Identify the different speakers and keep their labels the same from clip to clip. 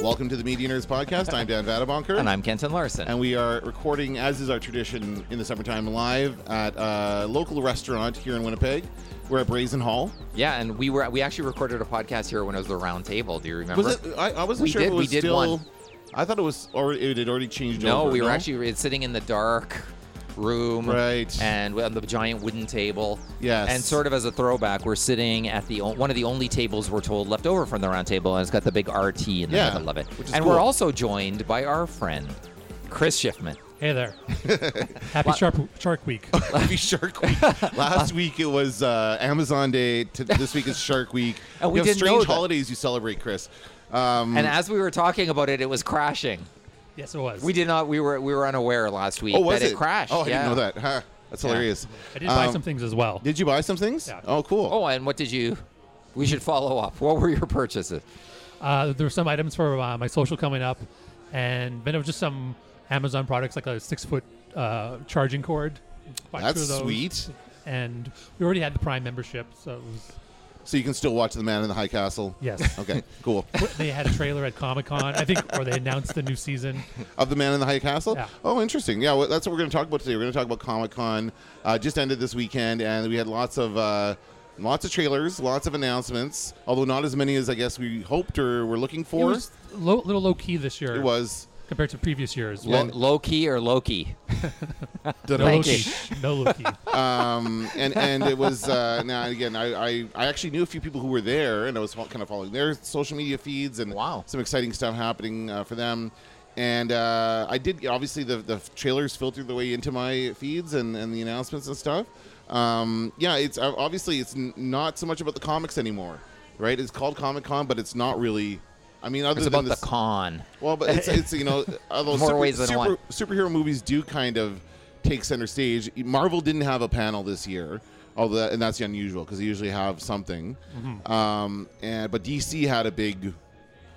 Speaker 1: Welcome to the Media Nerds Podcast. I'm Dan Vadabonker.
Speaker 2: And I'm Kenton Larson.
Speaker 1: And we are recording, as is our tradition in the summertime, live at a local restaurant here in Winnipeg. We're at Brazen Hall.
Speaker 2: yeah, and we were we actually recorded a podcast here when it was the round table. Do you remember?
Speaker 1: Was it? I, I wasn't
Speaker 2: We
Speaker 1: sure
Speaker 2: did-
Speaker 1: if it
Speaker 2: we
Speaker 1: was
Speaker 2: did
Speaker 1: still.
Speaker 2: one.
Speaker 1: I thought it was already. It had already changed.
Speaker 2: no,
Speaker 1: over.
Speaker 2: we were actually it's sitting in the dark room.
Speaker 1: Right.
Speaker 2: And we- on the giant wooden table.
Speaker 1: Yes.
Speaker 2: And sort of as a throwback, we're sitting at the o- one of the only tables we're told left over from the round table, and it's got the big RT in the
Speaker 1: Yeah,
Speaker 2: middle of it.
Speaker 1: which is
Speaker 2: and
Speaker 1: cool.
Speaker 2: we're also joined by our friend, Chris Schiffman.
Speaker 3: Hey there. Happy Shark, Shark Week.
Speaker 1: Happy Shark Week. Last week it was uh, Amazon Day. T- this week is Shark Week.
Speaker 2: And we
Speaker 1: you have
Speaker 2: didn't know
Speaker 1: strange
Speaker 2: that.
Speaker 1: holidays you celebrate, Chris. Um,
Speaker 2: And as we were talking about it, it was crashing.
Speaker 3: Yes, it was.
Speaker 2: We did not. We were we were unaware last week
Speaker 1: oh, was
Speaker 2: that it, crashed.
Speaker 1: Oh, I
Speaker 2: yeah.
Speaker 1: didn't know that. Huh. That's
Speaker 2: Yeah.
Speaker 1: hilarious.
Speaker 3: I did buy
Speaker 1: Um,
Speaker 3: some things as well.
Speaker 1: Did you buy some things?
Speaker 3: Yeah.
Speaker 1: Oh, cool.
Speaker 2: Oh, and what did you? We should follow up. What were your purchases?
Speaker 3: Uh, there were some items for uh, my social coming up, and then it was just some Amazon products like a six foot uh, charging cord. Buy two
Speaker 1: That's
Speaker 3: of those.
Speaker 1: sweet.
Speaker 3: And we already had the Prime membership, so it was.
Speaker 1: So you can still watch The Man in the High Castle.
Speaker 3: Yes.
Speaker 1: Okay, cool.
Speaker 3: they had a trailer at Comic Con, I think, or they announced the new season.
Speaker 1: of the Man in the High Castle.
Speaker 3: Yeah.
Speaker 1: Oh, interesting. Yeah, well, that's what we're going to talk about today. We're going to talk about Comic Con. Uh, just ended this weekend, and we had lots of uh, lots of trailers, lots of announcements. Although not as many as I guess we hoped or were looking
Speaker 3: It
Speaker 1: for.
Speaker 3: was a little low key this year
Speaker 1: It was.
Speaker 3: compared to previous years.
Speaker 1: Yeah.
Speaker 2: Lo- Loki or Loki?
Speaker 3: No
Speaker 2: Thank
Speaker 3: low-key. No low key.
Speaker 1: um, and and it was uh, now again. I, I I actually knew a few people who were there, and I was fo- kind of following their social media feeds and
Speaker 2: Wow.
Speaker 1: some exciting stuff happening uh, for them. And uh, I did obviously the the trailers filtered their way into my feeds and, and the announcements and stuff. Um, yeah, it's uh, obviously it's n- not so much about the comics anymore, right? It's called Comic Con, but it's not really. I mean, other
Speaker 2: It's
Speaker 1: than
Speaker 2: about the
Speaker 1: this-
Speaker 2: con.
Speaker 1: well, but it's, it's you know, although
Speaker 2: More
Speaker 1: super,
Speaker 2: ways than
Speaker 1: super-
Speaker 2: one.
Speaker 1: superhero movies do kind of take center stage. Marvel didn't have a panel this year, although that, and that's unusual because they usually have something. Um, and but DC had a big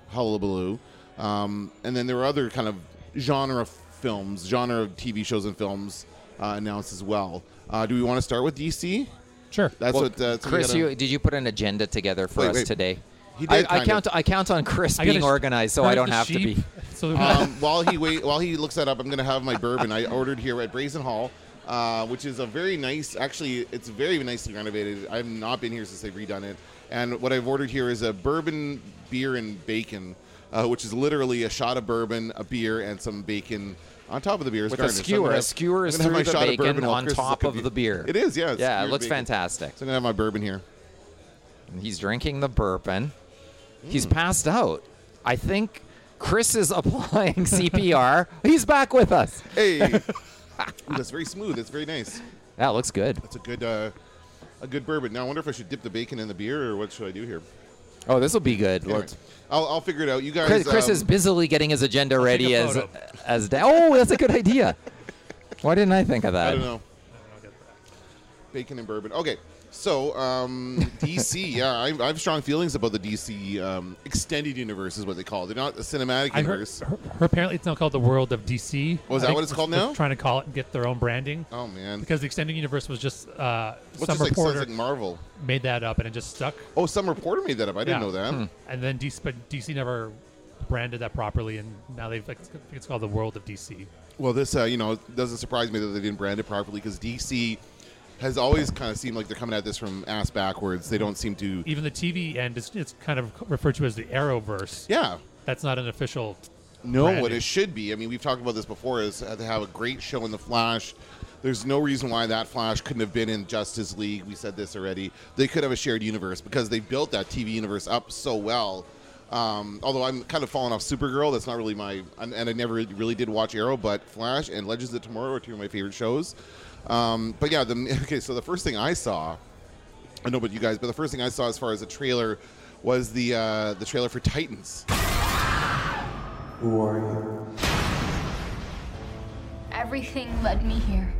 Speaker 1: hullabaloo, um, and then there were other kind of genre films, genre of TV shows and films uh, announced as well. Uh, do we want to start with DC?
Speaker 3: Sure.
Speaker 1: That's
Speaker 2: Well,
Speaker 1: what uh, that's what we
Speaker 2: Chris,
Speaker 1: gotta-
Speaker 2: you, did you put an agenda together for
Speaker 1: Wait,
Speaker 2: us
Speaker 1: wait.
Speaker 2: today?
Speaker 1: He
Speaker 2: I-
Speaker 1: did,
Speaker 2: I,
Speaker 1: kind
Speaker 2: count. I count on Chris
Speaker 3: I
Speaker 2: being
Speaker 3: gotta sh-
Speaker 2: organized, so
Speaker 3: herd
Speaker 2: I
Speaker 3: the
Speaker 2: don't have to
Speaker 3: sheep,
Speaker 2: be.
Speaker 3: So that-
Speaker 1: um, while he wait, while he looks that up, I'm gonna have my bourbon. I ordered here at Brazen Hall, uh, which is a very nice. Actually, it's very nicely renovated. I've not been here since they've redone it. And what I've ordered here is a bourbon, beer, and bacon, uh, which is literally a shot of bourbon, a beer, and some bacon on top of the beer. as
Speaker 2: With a
Speaker 1: garnish. So I'm
Speaker 2: skewer.
Speaker 1: gonna
Speaker 2: A
Speaker 1: have-
Speaker 2: skewer
Speaker 1: I'm
Speaker 2: is
Speaker 1: gonna have
Speaker 2: through
Speaker 1: my
Speaker 2: the
Speaker 1: shot of
Speaker 2: bacon
Speaker 1: bourbon while
Speaker 2: on
Speaker 1: Chris is
Speaker 2: top
Speaker 1: looking-
Speaker 2: of the beer.
Speaker 1: It is, yeah. it's
Speaker 2: Yeah, it
Speaker 1: skewered
Speaker 2: looks
Speaker 1: bacon.
Speaker 2: fantastic.
Speaker 1: So I'm gonna have my bourbon here.
Speaker 2: And He's drinking the bourbon. He's passed out. I think Chris is applying CPR. He's back with us.
Speaker 1: Hey, Ooh, that's very smooth. That's very nice.
Speaker 2: That looks good.
Speaker 1: That's a good. Uh, a good bourbon. Now I wonder if I should dip the bacon in the beer, or what should I do here?
Speaker 2: Oh, this will be good.
Speaker 1: Anyway,
Speaker 2: Let's-
Speaker 1: I'll, I'll figure it out. You guys.
Speaker 2: Chris, Chris
Speaker 1: um,
Speaker 2: is busily getting his agenda ready
Speaker 3: a
Speaker 2: as
Speaker 3: photo.
Speaker 2: as da- oh, that's a good idea. Why didn't I think of that?
Speaker 1: I don't know. Bacon and bourbon. Okay, so um, DC. yeah, I, I have strong feelings about the DC um, extended universe, is what they call it. They're not the cinematic
Speaker 3: I heard,
Speaker 1: universe.
Speaker 3: her, her- apparently it's now called the World of DC.
Speaker 1: Oh, is that
Speaker 3: I think
Speaker 1: what it's
Speaker 3: they're-
Speaker 1: called
Speaker 3: they're
Speaker 1: now?
Speaker 3: Trying to call it and get their own branding
Speaker 1: Oh man,
Speaker 3: because the extended universe was just uh,
Speaker 1: what's
Speaker 3: some
Speaker 1: this like? Sounds
Speaker 3: reporter
Speaker 1: like Marvel.
Speaker 3: made that up and it just stuck.
Speaker 1: Oh, some reporter made that up. I didn't
Speaker 3: Yeah. Hmm.
Speaker 1: know that.
Speaker 2: Hmm.
Speaker 3: And then DC, but DC never branded that properly, and now they've like, I think it's called the World of DC.
Speaker 1: Well, this uh, you know doesn't surprise me that they didn't brand it properly because DC has always kind of seemed like they're coming at this from ass backwards. They don't seem to.
Speaker 3: Even the TV end is it's kind of referred to as the Arrowverse.
Speaker 1: Yeah,
Speaker 3: That's not an official.
Speaker 1: No,
Speaker 3: branding.
Speaker 1: what it should be. I mean, we've talked about this before. Is uh, they have a great show in the Flash. There's no reason why that Flash couldn't have been in Justice League. We said this already. They could have a shared universe because they built that TV universe up so well. Um, although I'm kind of falling off Supergirl, that's not really my, and and I never really did watch Arrow, but Flash and Legends of Tomorrow are two of my favorite shows. Um, but yeah, the, okay. So the first thing I saw I know about you guys, but the first thing I saw as far as a trailer was the uh, the trailer for Titans.
Speaker 4: Everything led me here.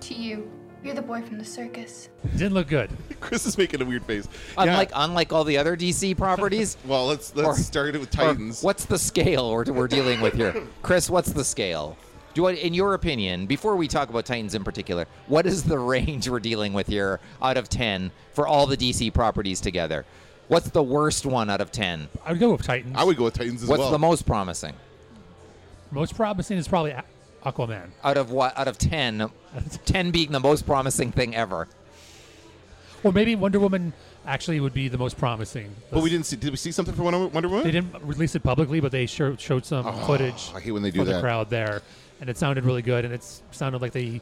Speaker 4: To you. You're the boy from the circus.
Speaker 3: Didn't look good.
Speaker 1: Chris is making a weird face.
Speaker 2: Unlike unlike all the other DC properties.
Speaker 1: yeah. well, let's let's
Speaker 2: or-
Speaker 1: start it with
Speaker 2: or
Speaker 1: Titans.
Speaker 2: What's the scale we're, we're dealing with here, Chris? What's the scale? Do I, in your opinion, before we talk about Titans in particular, what is the range we're dealing with here out of ten for all the DC properties together? What's the worst one out of ten?
Speaker 3: I would go with Titans.
Speaker 1: I would go with Titans as
Speaker 2: What's
Speaker 1: well.
Speaker 2: the most promising?
Speaker 3: Most promising is probably A- Aquaman.
Speaker 2: Out of what? Out of ten, ten being the most promising thing ever.
Speaker 3: Or maybe Wonder Woman actually would be the most promising.
Speaker 1: but we didn't see. Did we see something from Wonder Wonder Woman?
Speaker 3: They didn't release it publicly, but they sure showed some footage.
Speaker 1: Oh, I hate when they do
Speaker 3: from
Speaker 1: that.
Speaker 3: the crowd there, and it sounded really good. And it sounded like they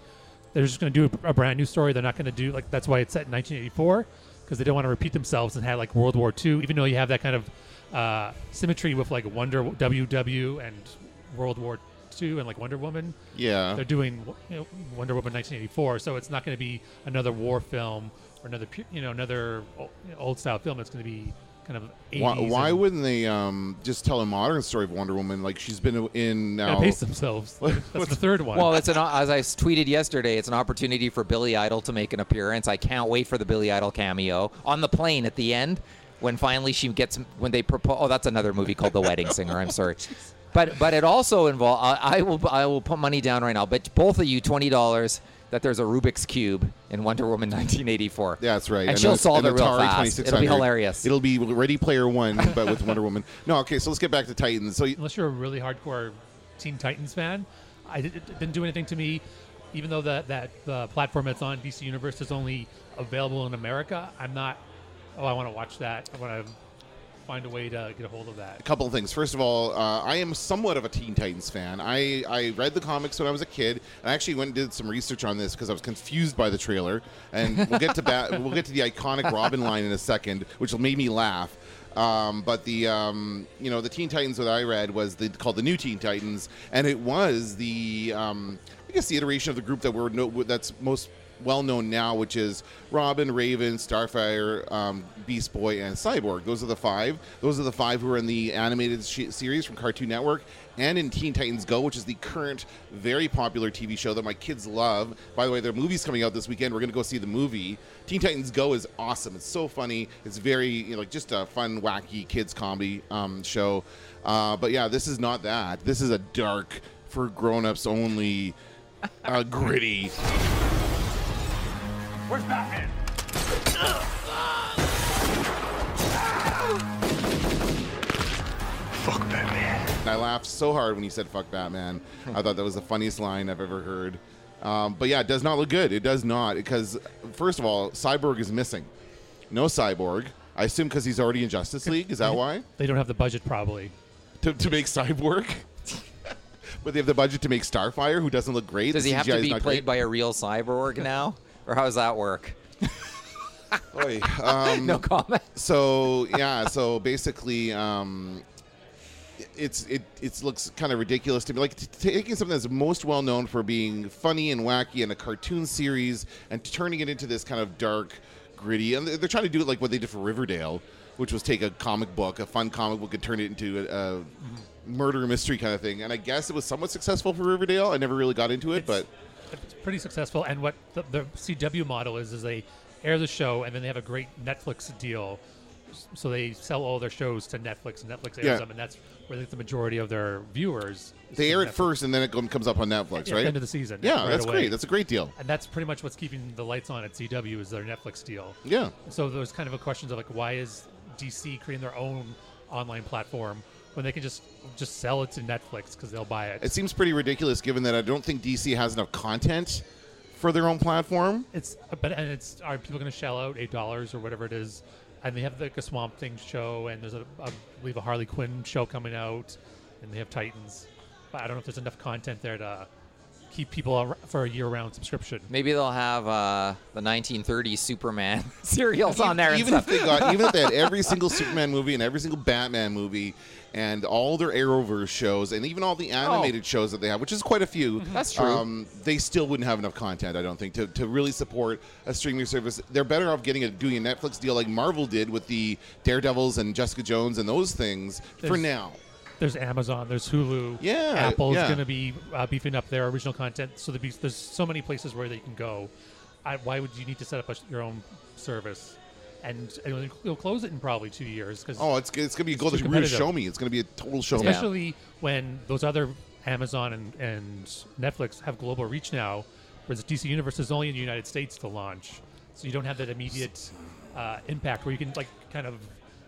Speaker 3: they're just going to do a, a brand new story. They're not going to do like that's why it's set in 1984 because they don't want to repeat themselves and have like World War II. Even though you have that kind of uh, symmetry with like Wonder WW and World War II and like Wonder Woman,
Speaker 1: yeah.
Speaker 3: they're doing you know, Wonder Woman 1984, so it's not going to be another war film or another pu- you know another o- old style film. It's going to be kind of 80s
Speaker 1: Why, why
Speaker 3: and
Speaker 1: wouldn't they um, just tell a modern story of Wonder Woman? Like she's been in
Speaker 3: kinda
Speaker 1: now.
Speaker 3: pace themselves. That's the third one.
Speaker 2: Well, it's an as I tweeted yesterday. It's an opportunity for Billy Idol to make an appearance. I can't wait for the Billy Idol cameo on the plane at the end when finally she gets when they propose. Oh, that's another movie called The Wedding Singer. I'm sorry. But, but it also involves. I, I will I will put money down right now. But both of you twenty dollars that there's a Rubik's cube in Wonder Woman 1984.
Speaker 1: That's right.
Speaker 2: and,
Speaker 1: an-
Speaker 2: she'll solve
Speaker 1: an
Speaker 2: it real
Speaker 1: Atari
Speaker 2: fast. It'll be
Speaker 1: 2600.
Speaker 2: hilarious.
Speaker 1: It'll be Ready Player One, but with Wonder Woman. No, okay. So let's get back to Titans. So
Speaker 3: unless you're a really hardcore Teen Titans fan, I did, it didn't do anything to me. Even though the, that the platform that's on DC Universe is only available in America, I'm not. Oh, I want to watch that. I want to find a way to get a hold of that.
Speaker 1: a couple of things. First of all, uh, I am somewhat of a Teen Titans fan. I, I read the comics when I was a kid, and I actually went and did some research on this because I was confused by the trailer. And we'll get to bat, we'll get to the iconic Robin line in a second, which will make me laugh. Um, but the um, you know the Teen Titans that I read was the, called the New Teen Titans, and it was the um, I guess the iteration of the group that we're no, that's most well known now, which is Robin, Raven, Starfire, um, Beast Boy, and Cyborg. Those are the five. Those are the five who are in the animated sh- series from Cartoon Network and in Teen Titans Go, which is the current very popular TV show that my kids love. By the way, their movie's coming out this weekend. We're going to go see the movie. Teen Titans Go is awesome. It's so funny. It's very, you know, like just a fun, wacky kids comedy um, show. Uh, but yeah, this is not that. This is a dark, for grown ups only, uh, gritty
Speaker 5: Where's Batman? Fuck Batman.
Speaker 1: I laughed so hard when he said "fuck Batman." I thought that was the funniest line I've ever heard. Um, but yeah, it does not look good. It does not because first of all, Cyborg is missing. No Cyborg. I assume because he's already in Justice League. Is that why?
Speaker 3: They don't have the budget, probably.
Speaker 1: To, to make Cyborg. but they have the budget to make Starfire, who doesn't look great.
Speaker 2: Does
Speaker 1: The
Speaker 2: he have
Speaker 1: CGI
Speaker 2: to
Speaker 1: is
Speaker 2: be
Speaker 1: not
Speaker 2: played
Speaker 1: great.
Speaker 2: by a real cyborg now, or how does that work?
Speaker 1: Oy, um,
Speaker 2: No comment.
Speaker 1: so yeah so basically um it's it it looks kind of ridiculous to me like t- taking something that's most well known for being funny and wacky in a cartoon series and turning it into this kind of dark gritty and they're they're trying to do it like what they did for riverdale which was take a comic book a fun comic book and turn it into a, a murder mystery kind of thing and i guess it was somewhat successful for riverdale i never really got into it but
Speaker 3: It's pretty successful. And what the, the CW model is is they air the show and then they have a great Netflix deal, S- so they sell all their shows to Netflix and Netflix airs
Speaker 1: Yeah.
Speaker 3: them, and that's where they get the majority of their viewers.
Speaker 1: they
Speaker 3: is through
Speaker 1: air it
Speaker 3: Netflix.
Speaker 1: first and then it com- comes up on netflix
Speaker 3: Yeah,
Speaker 1: right
Speaker 3: end of the season.
Speaker 1: yeah
Speaker 3: right
Speaker 1: that's
Speaker 3: away.
Speaker 1: great that's a great deal
Speaker 3: and that's pretty much what's keeping the lights on at CW is their Netflix deal.
Speaker 1: yeah
Speaker 3: So those kind of questions of like, why is DC creating their own online platform when they can just just sell it to Netflix because they'll buy it?
Speaker 1: It seems pretty ridiculous given that I don't think DC has enough content for their own platform.
Speaker 3: It's but and it's are people going to shell out eight dollars or whatever it is? And they have like a Swamp Thing show, and there's a I believe a Harley Quinn show coming out, and they have Titans. But I don't know if there's enough content there to keep people ar- for a year-round subscription.
Speaker 2: Maybe they'll have uh, the 1930s Superman serials on there. and
Speaker 1: Even
Speaker 2: stuff.
Speaker 1: if they got, even if they had every single Superman movie and every single Batman movie, and all their Arrowverse shows, and even all the animated shows that they have, which is quite a few.
Speaker 2: Oh. Mm-hmm. That's true.
Speaker 1: Um, they still wouldn't have enough content, I don't think, to, to really support a streaming service. They're better off getting a doing a Netflix deal like Marvel did with the Daredevils and Jessica Jones and those things for
Speaker 3: There's-
Speaker 1: now.
Speaker 3: There's Amazon, there's Hulu.
Speaker 1: Yeah,
Speaker 3: Apple's
Speaker 1: yeah.
Speaker 3: going to be uh, beefing up their original content. So there'd be, there's so many places where they can go. I, why would you need to set up a, your own service? And, and you'll- you'll close it in probably two years because
Speaker 1: Oh, it's it's gonna be a
Speaker 3: too
Speaker 1: golden real
Speaker 3: competitive.
Speaker 1: show me. It's gonna be a total show me.
Speaker 3: especially when those other Amazon and, and Netflix have global reach now, whereas DC Universe is only in the United States to launch, so you don't have that immediate uh, impact where you can like kind of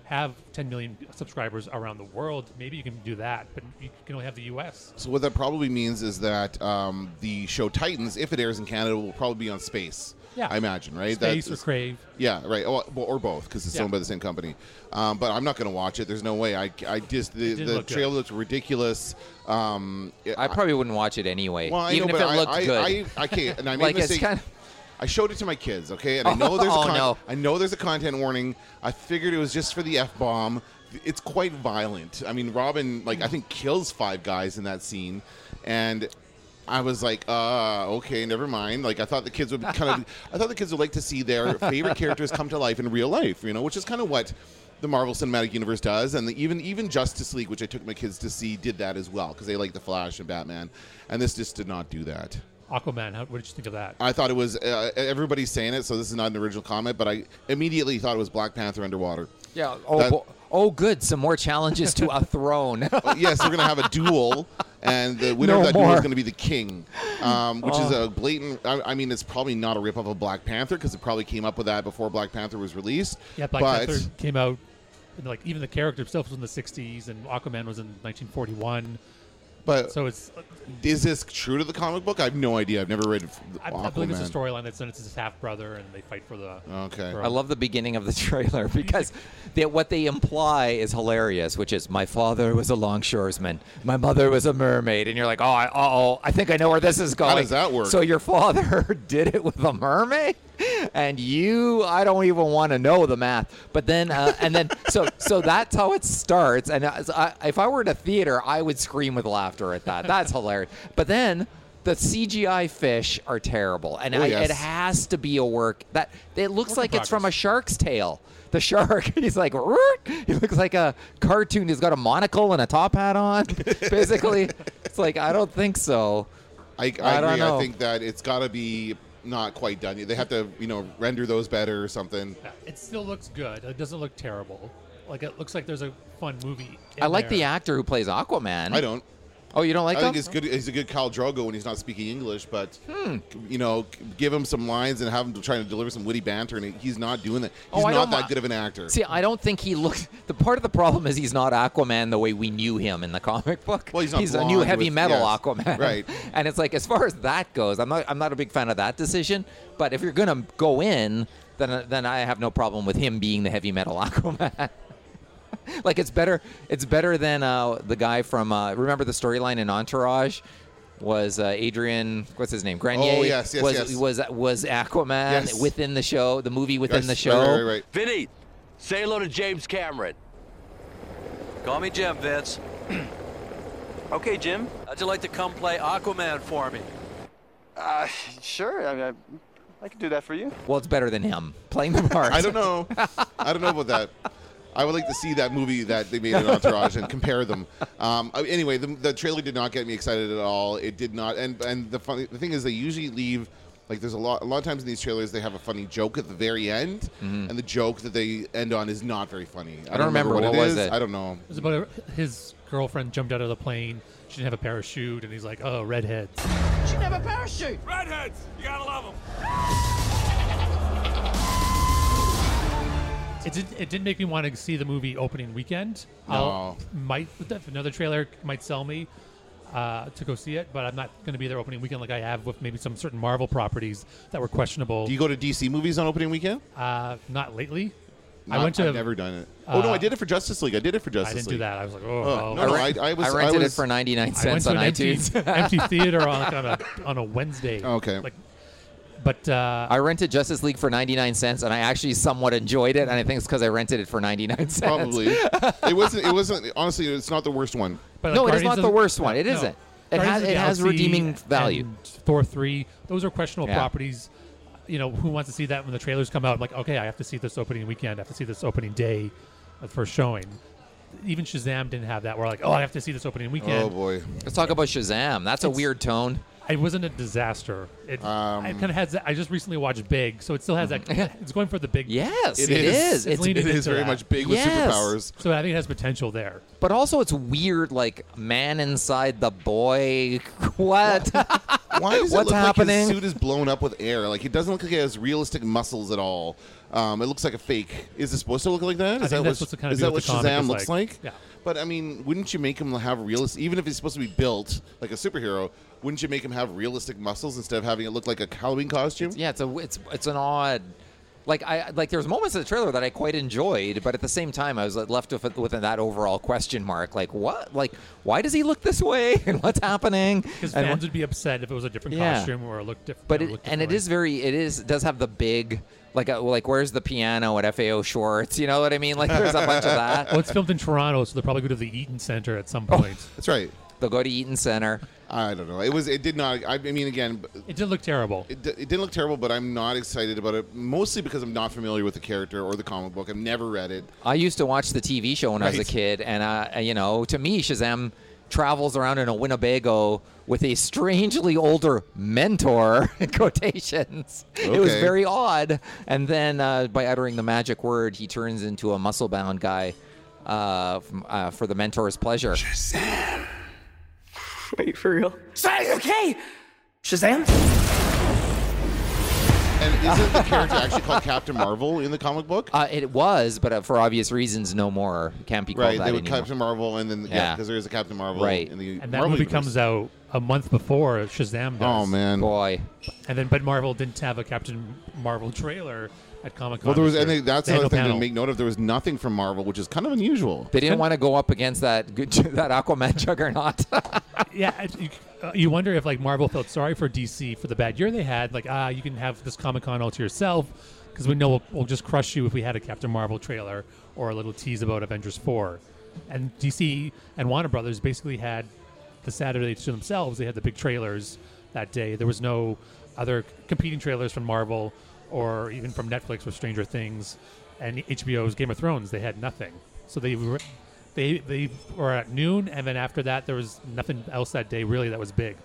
Speaker 3: have 10 million subscribers around the world, maybe you can do that, but you can only have the U.S.
Speaker 1: So what that probably means is that um, the show Titans, if it airs in Canada, will probably be on Space.
Speaker 3: Yeah.
Speaker 1: I imagine, right?
Speaker 3: Space or
Speaker 1: That's-
Speaker 3: Crave.
Speaker 1: Yeah, right. Oh, well, or both, because it's
Speaker 3: Yeah.
Speaker 1: owned by the same company. Um, but I'm not going to watch it. There's no way. I, I just the,
Speaker 3: did
Speaker 1: the
Speaker 3: look good.
Speaker 1: trailer looks ridiculous. Um,
Speaker 2: I probably wouldn't watch it anyway,
Speaker 1: well, I
Speaker 2: even
Speaker 1: know,
Speaker 2: if
Speaker 1: but
Speaker 2: it looked
Speaker 1: I,
Speaker 2: good.
Speaker 1: I, I, I can't. And I made
Speaker 2: Like,
Speaker 1: a
Speaker 2: it's
Speaker 1: mistake.
Speaker 2: kind of-
Speaker 1: I showed it to my kids, okay, and I know there's a
Speaker 2: Oh,
Speaker 1: con-
Speaker 2: no.
Speaker 1: I know there's a content warning. I figured it was just for the f bomb. It's quite violent. I mean, Robin, like I think kills five guys in that scene, and I was like, uh, okay, never mind. Like I thought the kids would be kind of, I thought the kids would like to see their favorite characters come to life in real life, you know, which is kind of what. The Marvel Cinematic Universe does, and the, even even Justice League, which I took my kids to see, did that as well because they like the Flash and Batman, and this just did not do that.
Speaker 3: Aquaman, how, what did you think of that?
Speaker 1: I thought it was uh, everybody's saying it, so this is not an original comment, but I immediately thought it was Black Panther underwater.
Speaker 2: yeah. Oh,
Speaker 1: That-
Speaker 2: bo- oh, good. Some more challenges to a throne.
Speaker 1: But Oh, yes, we're going to have a duel, and the winner
Speaker 2: No
Speaker 1: of that duel
Speaker 2: more.
Speaker 1: is going to be the king, um, which is
Speaker 3: Oh.
Speaker 1: a blatant. I, I mean, it's probably not a rip off of Black Panther because it probably came up with that before Black Panther was released.
Speaker 3: Yeah, Black
Speaker 1: but
Speaker 3: Panther came out, and like even the character itself was in the 60s, and Aquaman was in 1941.
Speaker 1: but
Speaker 3: So it's, uh,
Speaker 1: is this true to the comic book? I have no idea. I've never read.
Speaker 3: I, I believe it's
Speaker 1: Aquaman. Uh.
Speaker 3: a storyline that's done. It's his half brother, and they fight for the.
Speaker 1: Okay.
Speaker 3: for-
Speaker 2: I love the beginning of the trailer because that what they imply is hilarious, which is my father was a longshoresman, my mother was a mermaid, and you're like, oh, I, oh, I think I know where this is going.
Speaker 1: does that work?
Speaker 2: So your father did it with a mermaid, and you, I don't even want to know the math. But then, uh, and then, so so that's how it starts. And as I, if I were at a theater, I would scream with laughter at that. That's hilarious. But then. The CGI fish are terrible, and
Speaker 1: Oh,
Speaker 2: I,
Speaker 1: yes.
Speaker 2: it has to be a work that it looks
Speaker 3: Work in
Speaker 2: like it's from a
Speaker 3: progress.
Speaker 2: shark's tail. The shark, he's like, "Root." he looks like a cartoon. He's got a monocle and a top hat on. Basically, it's like, I don't think so.
Speaker 1: I, I,
Speaker 2: I don't
Speaker 1: agree. I
Speaker 2: know.
Speaker 1: think that it's got to be not quite done. yet. They have to, you know, render those better or something.
Speaker 3: Yeah, It still looks good. It doesn't look terrible. Like it looks like there's a fun movie. in
Speaker 2: I like the
Speaker 3: there.
Speaker 2: actor who plays Aquaman.
Speaker 1: I don't.
Speaker 2: Oh, you don't like
Speaker 1: I
Speaker 2: him?
Speaker 1: think it's good. He's a good Kyle Drogo when he's not speaking English, but
Speaker 2: Hmm.
Speaker 1: you know, c- give him some lines and have him trying to deliver some witty banter, and he's not doing that.
Speaker 2: Oh,
Speaker 1: He's
Speaker 2: I
Speaker 1: not
Speaker 2: don't
Speaker 1: that
Speaker 2: mi-
Speaker 1: good of an actor.
Speaker 2: See, I don't think he looks. The part of the problem is he's not Aquaman the way we knew him in the comic book.
Speaker 1: Well, he's not
Speaker 2: a new
Speaker 1: blonde
Speaker 2: heavy
Speaker 1: with-
Speaker 2: metal
Speaker 1: yes,
Speaker 2: Aquaman,
Speaker 1: right.
Speaker 2: And it's like, as far as that goes, I'm not. I'm not a big fan of that decision. But if you're gonna go in, then then I have no problem with him being the heavy metal Aquaman. like it's better. It's better than uh, the guy from. Uh, remember the storyline in Entourage. Was uh, Adrian? What's his name? Grenier.
Speaker 1: Oh, yes, yes,
Speaker 2: was,
Speaker 1: yes.
Speaker 2: was was Aquaman
Speaker 1: Yes.
Speaker 2: within the show? The movie
Speaker 1: Yes,
Speaker 2: within the
Speaker 1: right,
Speaker 2: show.
Speaker 1: right, right, right.
Speaker 5: Vinny, say hello to James Cameron.
Speaker 6: Call me Jim, Vince.
Speaker 5: Okay, Jim.
Speaker 6: How'd you like to come play Aquaman for me?
Speaker 7: Uh, sure. I mean, I, I can do that for you.
Speaker 2: Well, it's better than him playing the part.
Speaker 1: I don't know. I don't know about that. I would like to see that movie that they made in Entourage and compare them. Um, uh, anyway, the, the trailer did not get me excited at all. It did not, and and the funny the thing is they usually leave like there's a lot a lot of times in these trailers they have a funny joke at the very end, and the joke that they end on is not very funny. I,
Speaker 2: Mm-hmm. don't remember. What was
Speaker 1: is.
Speaker 2: it?
Speaker 1: I don't know.
Speaker 3: It was about a- his girlfriend jumped out of the plane. She didn't have a parachute, and he's like, "Oh, redheads."
Speaker 8: Redheads, you gotta love them.
Speaker 3: It did. It did make me want to see the movie opening weekend.
Speaker 1: No.
Speaker 3: I'll- might if another trailer might sell me uh, to go see it, but I'm not going to be there opening weekend like I have with maybe some certain Marvel properties that were questionable.
Speaker 1: Do you go to DC movies on opening weekend?
Speaker 3: uh, not lately.
Speaker 1: Not-
Speaker 3: I went to.
Speaker 1: I've never done it. oh no, I
Speaker 3: uh,
Speaker 1: did it for Justice League. I did it for
Speaker 3: I
Speaker 1: Justice
Speaker 3: didn't
Speaker 1: League.
Speaker 3: do that. I was like, oh,
Speaker 1: Oh,
Speaker 3: oh.
Speaker 1: no, I, I was.
Speaker 2: I rented
Speaker 1: was-
Speaker 2: it for 99
Speaker 3: I went
Speaker 2: cents
Speaker 3: to
Speaker 2: on
Speaker 3: an empty,
Speaker 2: iTunes.
Speaker 3: empty theater on, like, on a on a Wednesday.
Speaker 1: Okay.
Speaker 3: Like, but uh,
Speaker 2: I rented Justice League for 99 cents, and I actually somewhat enjoyed it. And I think it's because I rented it for 99 cents.
Speaker 1: Probably. it wasn't. It wasn't. Honestly, it's not the worst one.
Speaker 3: but,
Speaker 2: No, it is
Speaker 3: Guardians
Speaker 2: not
Speaker 3: of
Speaker 2: the worst one. It isn't. It
Speaker 3: Guardians
Speaker 2: has-
Speaker 3: of the
Speaker 2: it has
Speaker 3: Galaxy
Speaker 2: redeeming value.
Speaker 3: and Thor three. Those are questionable
Speaker 2: Yeah.
Speaker 3: properties. You know, who wants to see that when the trailers come out? I'm like, okay, I have to see this opening weekend. I have to see this opening day of first showing. Even Shazam didn't have that. We're like, oh, I have to see this opening weekend.
Speaker 1: Oh boy.
Speaker 2: Let's talk about Shazam. That's a weird tone.
Speaker 3: It wasn't a disaster. It,
Speaker 2: Um,
Speaker 3: it kind of has. That, I just recently watched Big, so it still has that. It's going for the big.
Speaker 2: Yes,
Speaker 1: It
Speaker 2: it
Speaker 1: is.
Speaker 2: is.
Speaker 1: It's
Speaker 2: It's,
Speaker 3: leaning-
Speaker 1: It
Speaker 3: into
Speaker 1: is very
Speaker 3: that.
Speaker 1: much big with
Speaker 2: Yes.
Speaker 1: superpowers.
Speaker 3: So I think it has potential there.
Speaker 2: but also it's weird, like man inside the boy.
Speaker 1: Why
Speaker 2: What?
Speaker 1: does it
Speaker 2: What's
Speaker 1: look like his
Speaker 2: happening?
Speaker 1: suit is blown up with air? Like it doesn't look like he has realistic muscles at all. Um, it looks like a fake. Is it supposed to look like that?
Speaker 3: I
Speaker 1: Is
Speaker 3: think
Speaker 1: that
Speaker 3: that's
Speaker 1: what,
Speaker 3: supposed to kind of
Speaker 1: is
Speaker 3: be
Speaker 1: that
Speaker 3: what
Speaker 1: what
Speaker 3: the comic
Speaker 1: Shazam
Speaker 3: is
Speaker 1: looks
Speaker 3: like.
Speaker 1: like?
Speaker 3: Yeah.
Speaker 1: But I mean, wouldn't you make him have realistic? Even if he's supposed to be built like a superhero, wouldn't you make him have realistic muscles instead of having it look like a Halloween costume?
Speaker 2: Yeah, it's a it's it's an odd. Like I like there's moments of the trailer that I quite enjoyed, but at the same time I was like, left with with that overall question mark. Like what? Like why does he look this way? And what's happening?
Speaker 3: Because
Speaker 2: And
Speaker 3: fans would be upset if it was a different
Speaker 2: Yeah.
Speaker 3: costume or it looked different.
Speaker 2: but it, and it is very it is does have the big like uh like where's the piano at FAO Schwartz? You know what I mean? Like there's a bunch of
Speaker 3: Well,
Speaker 2: that.
Speaker 3: it's filmed in Toronto, so they'll probably go to the Eaton Center at
Speaker 1: Oh.
Speaker 3: some point.
Speaker 1: That's right.
Speaker 2: They'll go to Eaton Center.
Speaker 1: I don't know. It was. It did not. I, I mean, again,
Speaker 3: It did look terrible.
Speaker 1: it, d- it didn't look terrible, but I'm not excited about it. Mostly because I'm not familiar with the character or the comic book. I've never read it.
Speaker 2: I used to watch the TV show when I was a
Speaker 1: Right.
Speaker 2: kid, and uh, you know, to me, Shazam travels around in a Winnebago with a strangely older mentor in quotations. It was
Speaker 1: Okay.
Speaker 2: very odd. And then uh, by uttering the magic word, he turns into a muscle-bound guy uh, from, uh, for the mentor's pleasure.
Speaker 9: Wait, for real?
Speaker 8: Say, okay! Shazam?
Speaker 1: And isn't the character actually called Captain Marvel in the comic book?
Speaker 2: Uh, it was, but uh, for obvious reasons, no more. Can't be called
Speaker 1: right.
Speaker 2: that
Speaker 1: They would
Speaker 2: anymore.
Speaker 1: Captain Marvel, and then yeah,
Speaker 2: Yeah.
Speaker 1: because there is a Captain Marvel
Speaker 2: Right.
Speaker 1: in the
Speaker 3: And that
Speaker 1: Marvel
Speaker 3: movie
Speaker 1: universe.
Speaker 3: comes out a month before Shazam does.
Speaker 1: Oh man.
Speaker 2: Boy,
Speaker 3: And then, but Marvel didn't have a Captain Marvel trailer at Comic Con.
Speaker 1: Well, there was,
Speaker 3: this
Speaker 1: and
Speaker 3: year.
Speaker 1: they, that's
Speaker 3: They had
Speaker 1: another
Speaker 3: no
Speaker 1: thing
Speaker 3: panel.
Speaker 1: to make note of. There was nothing from Marvel, which is kind of unusual.
Speaker 2: they didn't want to go up against that good, that Aquaman juggernaut.
Speaker 3: Yeah, it, you, uh, you wonder if like Marvel felt sorry for DC for the bad year they had. Like, ah, you can have this Comic Con all to yourself because we know we'll, we'll just crush you if we had a Captain Marvel trailer or a little tease about Avengers Four. And DC and Warner Brothers basically had the Saturday to themselves. They had the big trailers that day. There was no other competing trailers from Marvel or even from Netflix or Stranger Things and HBO's Game of Thrones. They had nothing. So they were, they they were at noon, and then after that, there was nothing else that day really that was big.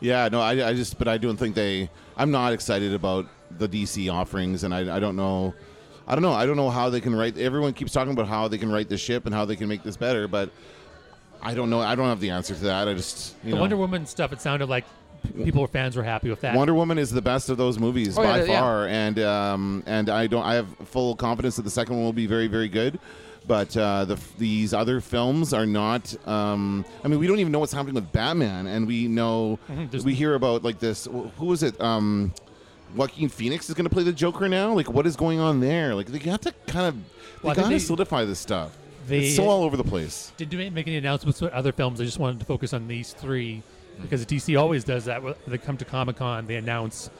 Speaker 1: Yeah, no, I, I just, but I don't think they. I'm not excited about the DC offerings, and I, I don't know, I don't know, I don't know how they can write. Everyone keeps talking about how they can write this ship and how they can make this better, but I don't know. I don't have the answer to that. I just, you
Speaker 3: The
Speaker 1: know,
Speaker 3: Wonder Woman stuff. It sounded like p- people were fans were happy with that.
Speaker 1: Wonder Woman is the best of those movies
Speaker 2: Oh,
Speaker 1: by
Speaker 2: yeah, yeah.
Speaker 1: far, and um, and I don't. I have full confidence that the second one will be very, very good. But uh, the, f- these other films are not. Um, I mean, we don't even know what's happening with Batman, and we know
Speaker 3: there's-
Speaker 1: we hear about like this. wh- Who is it? Um, Joaquin Phoenix is going to play the Joker now. Like, what is going on there? Like, they have to kind of they
Speaker 3: Well, I think
Speaker 1: got to
Speaker 3: they-
Speaker 1: solidify this stuff.
Speaker 3: they-
Speaker 1: it's so all over the place.
Speaker 3: Didn't ma- make any announcements with other films. I just wanted to focus on these three because DC always does that. When they come to Comic Con, they announce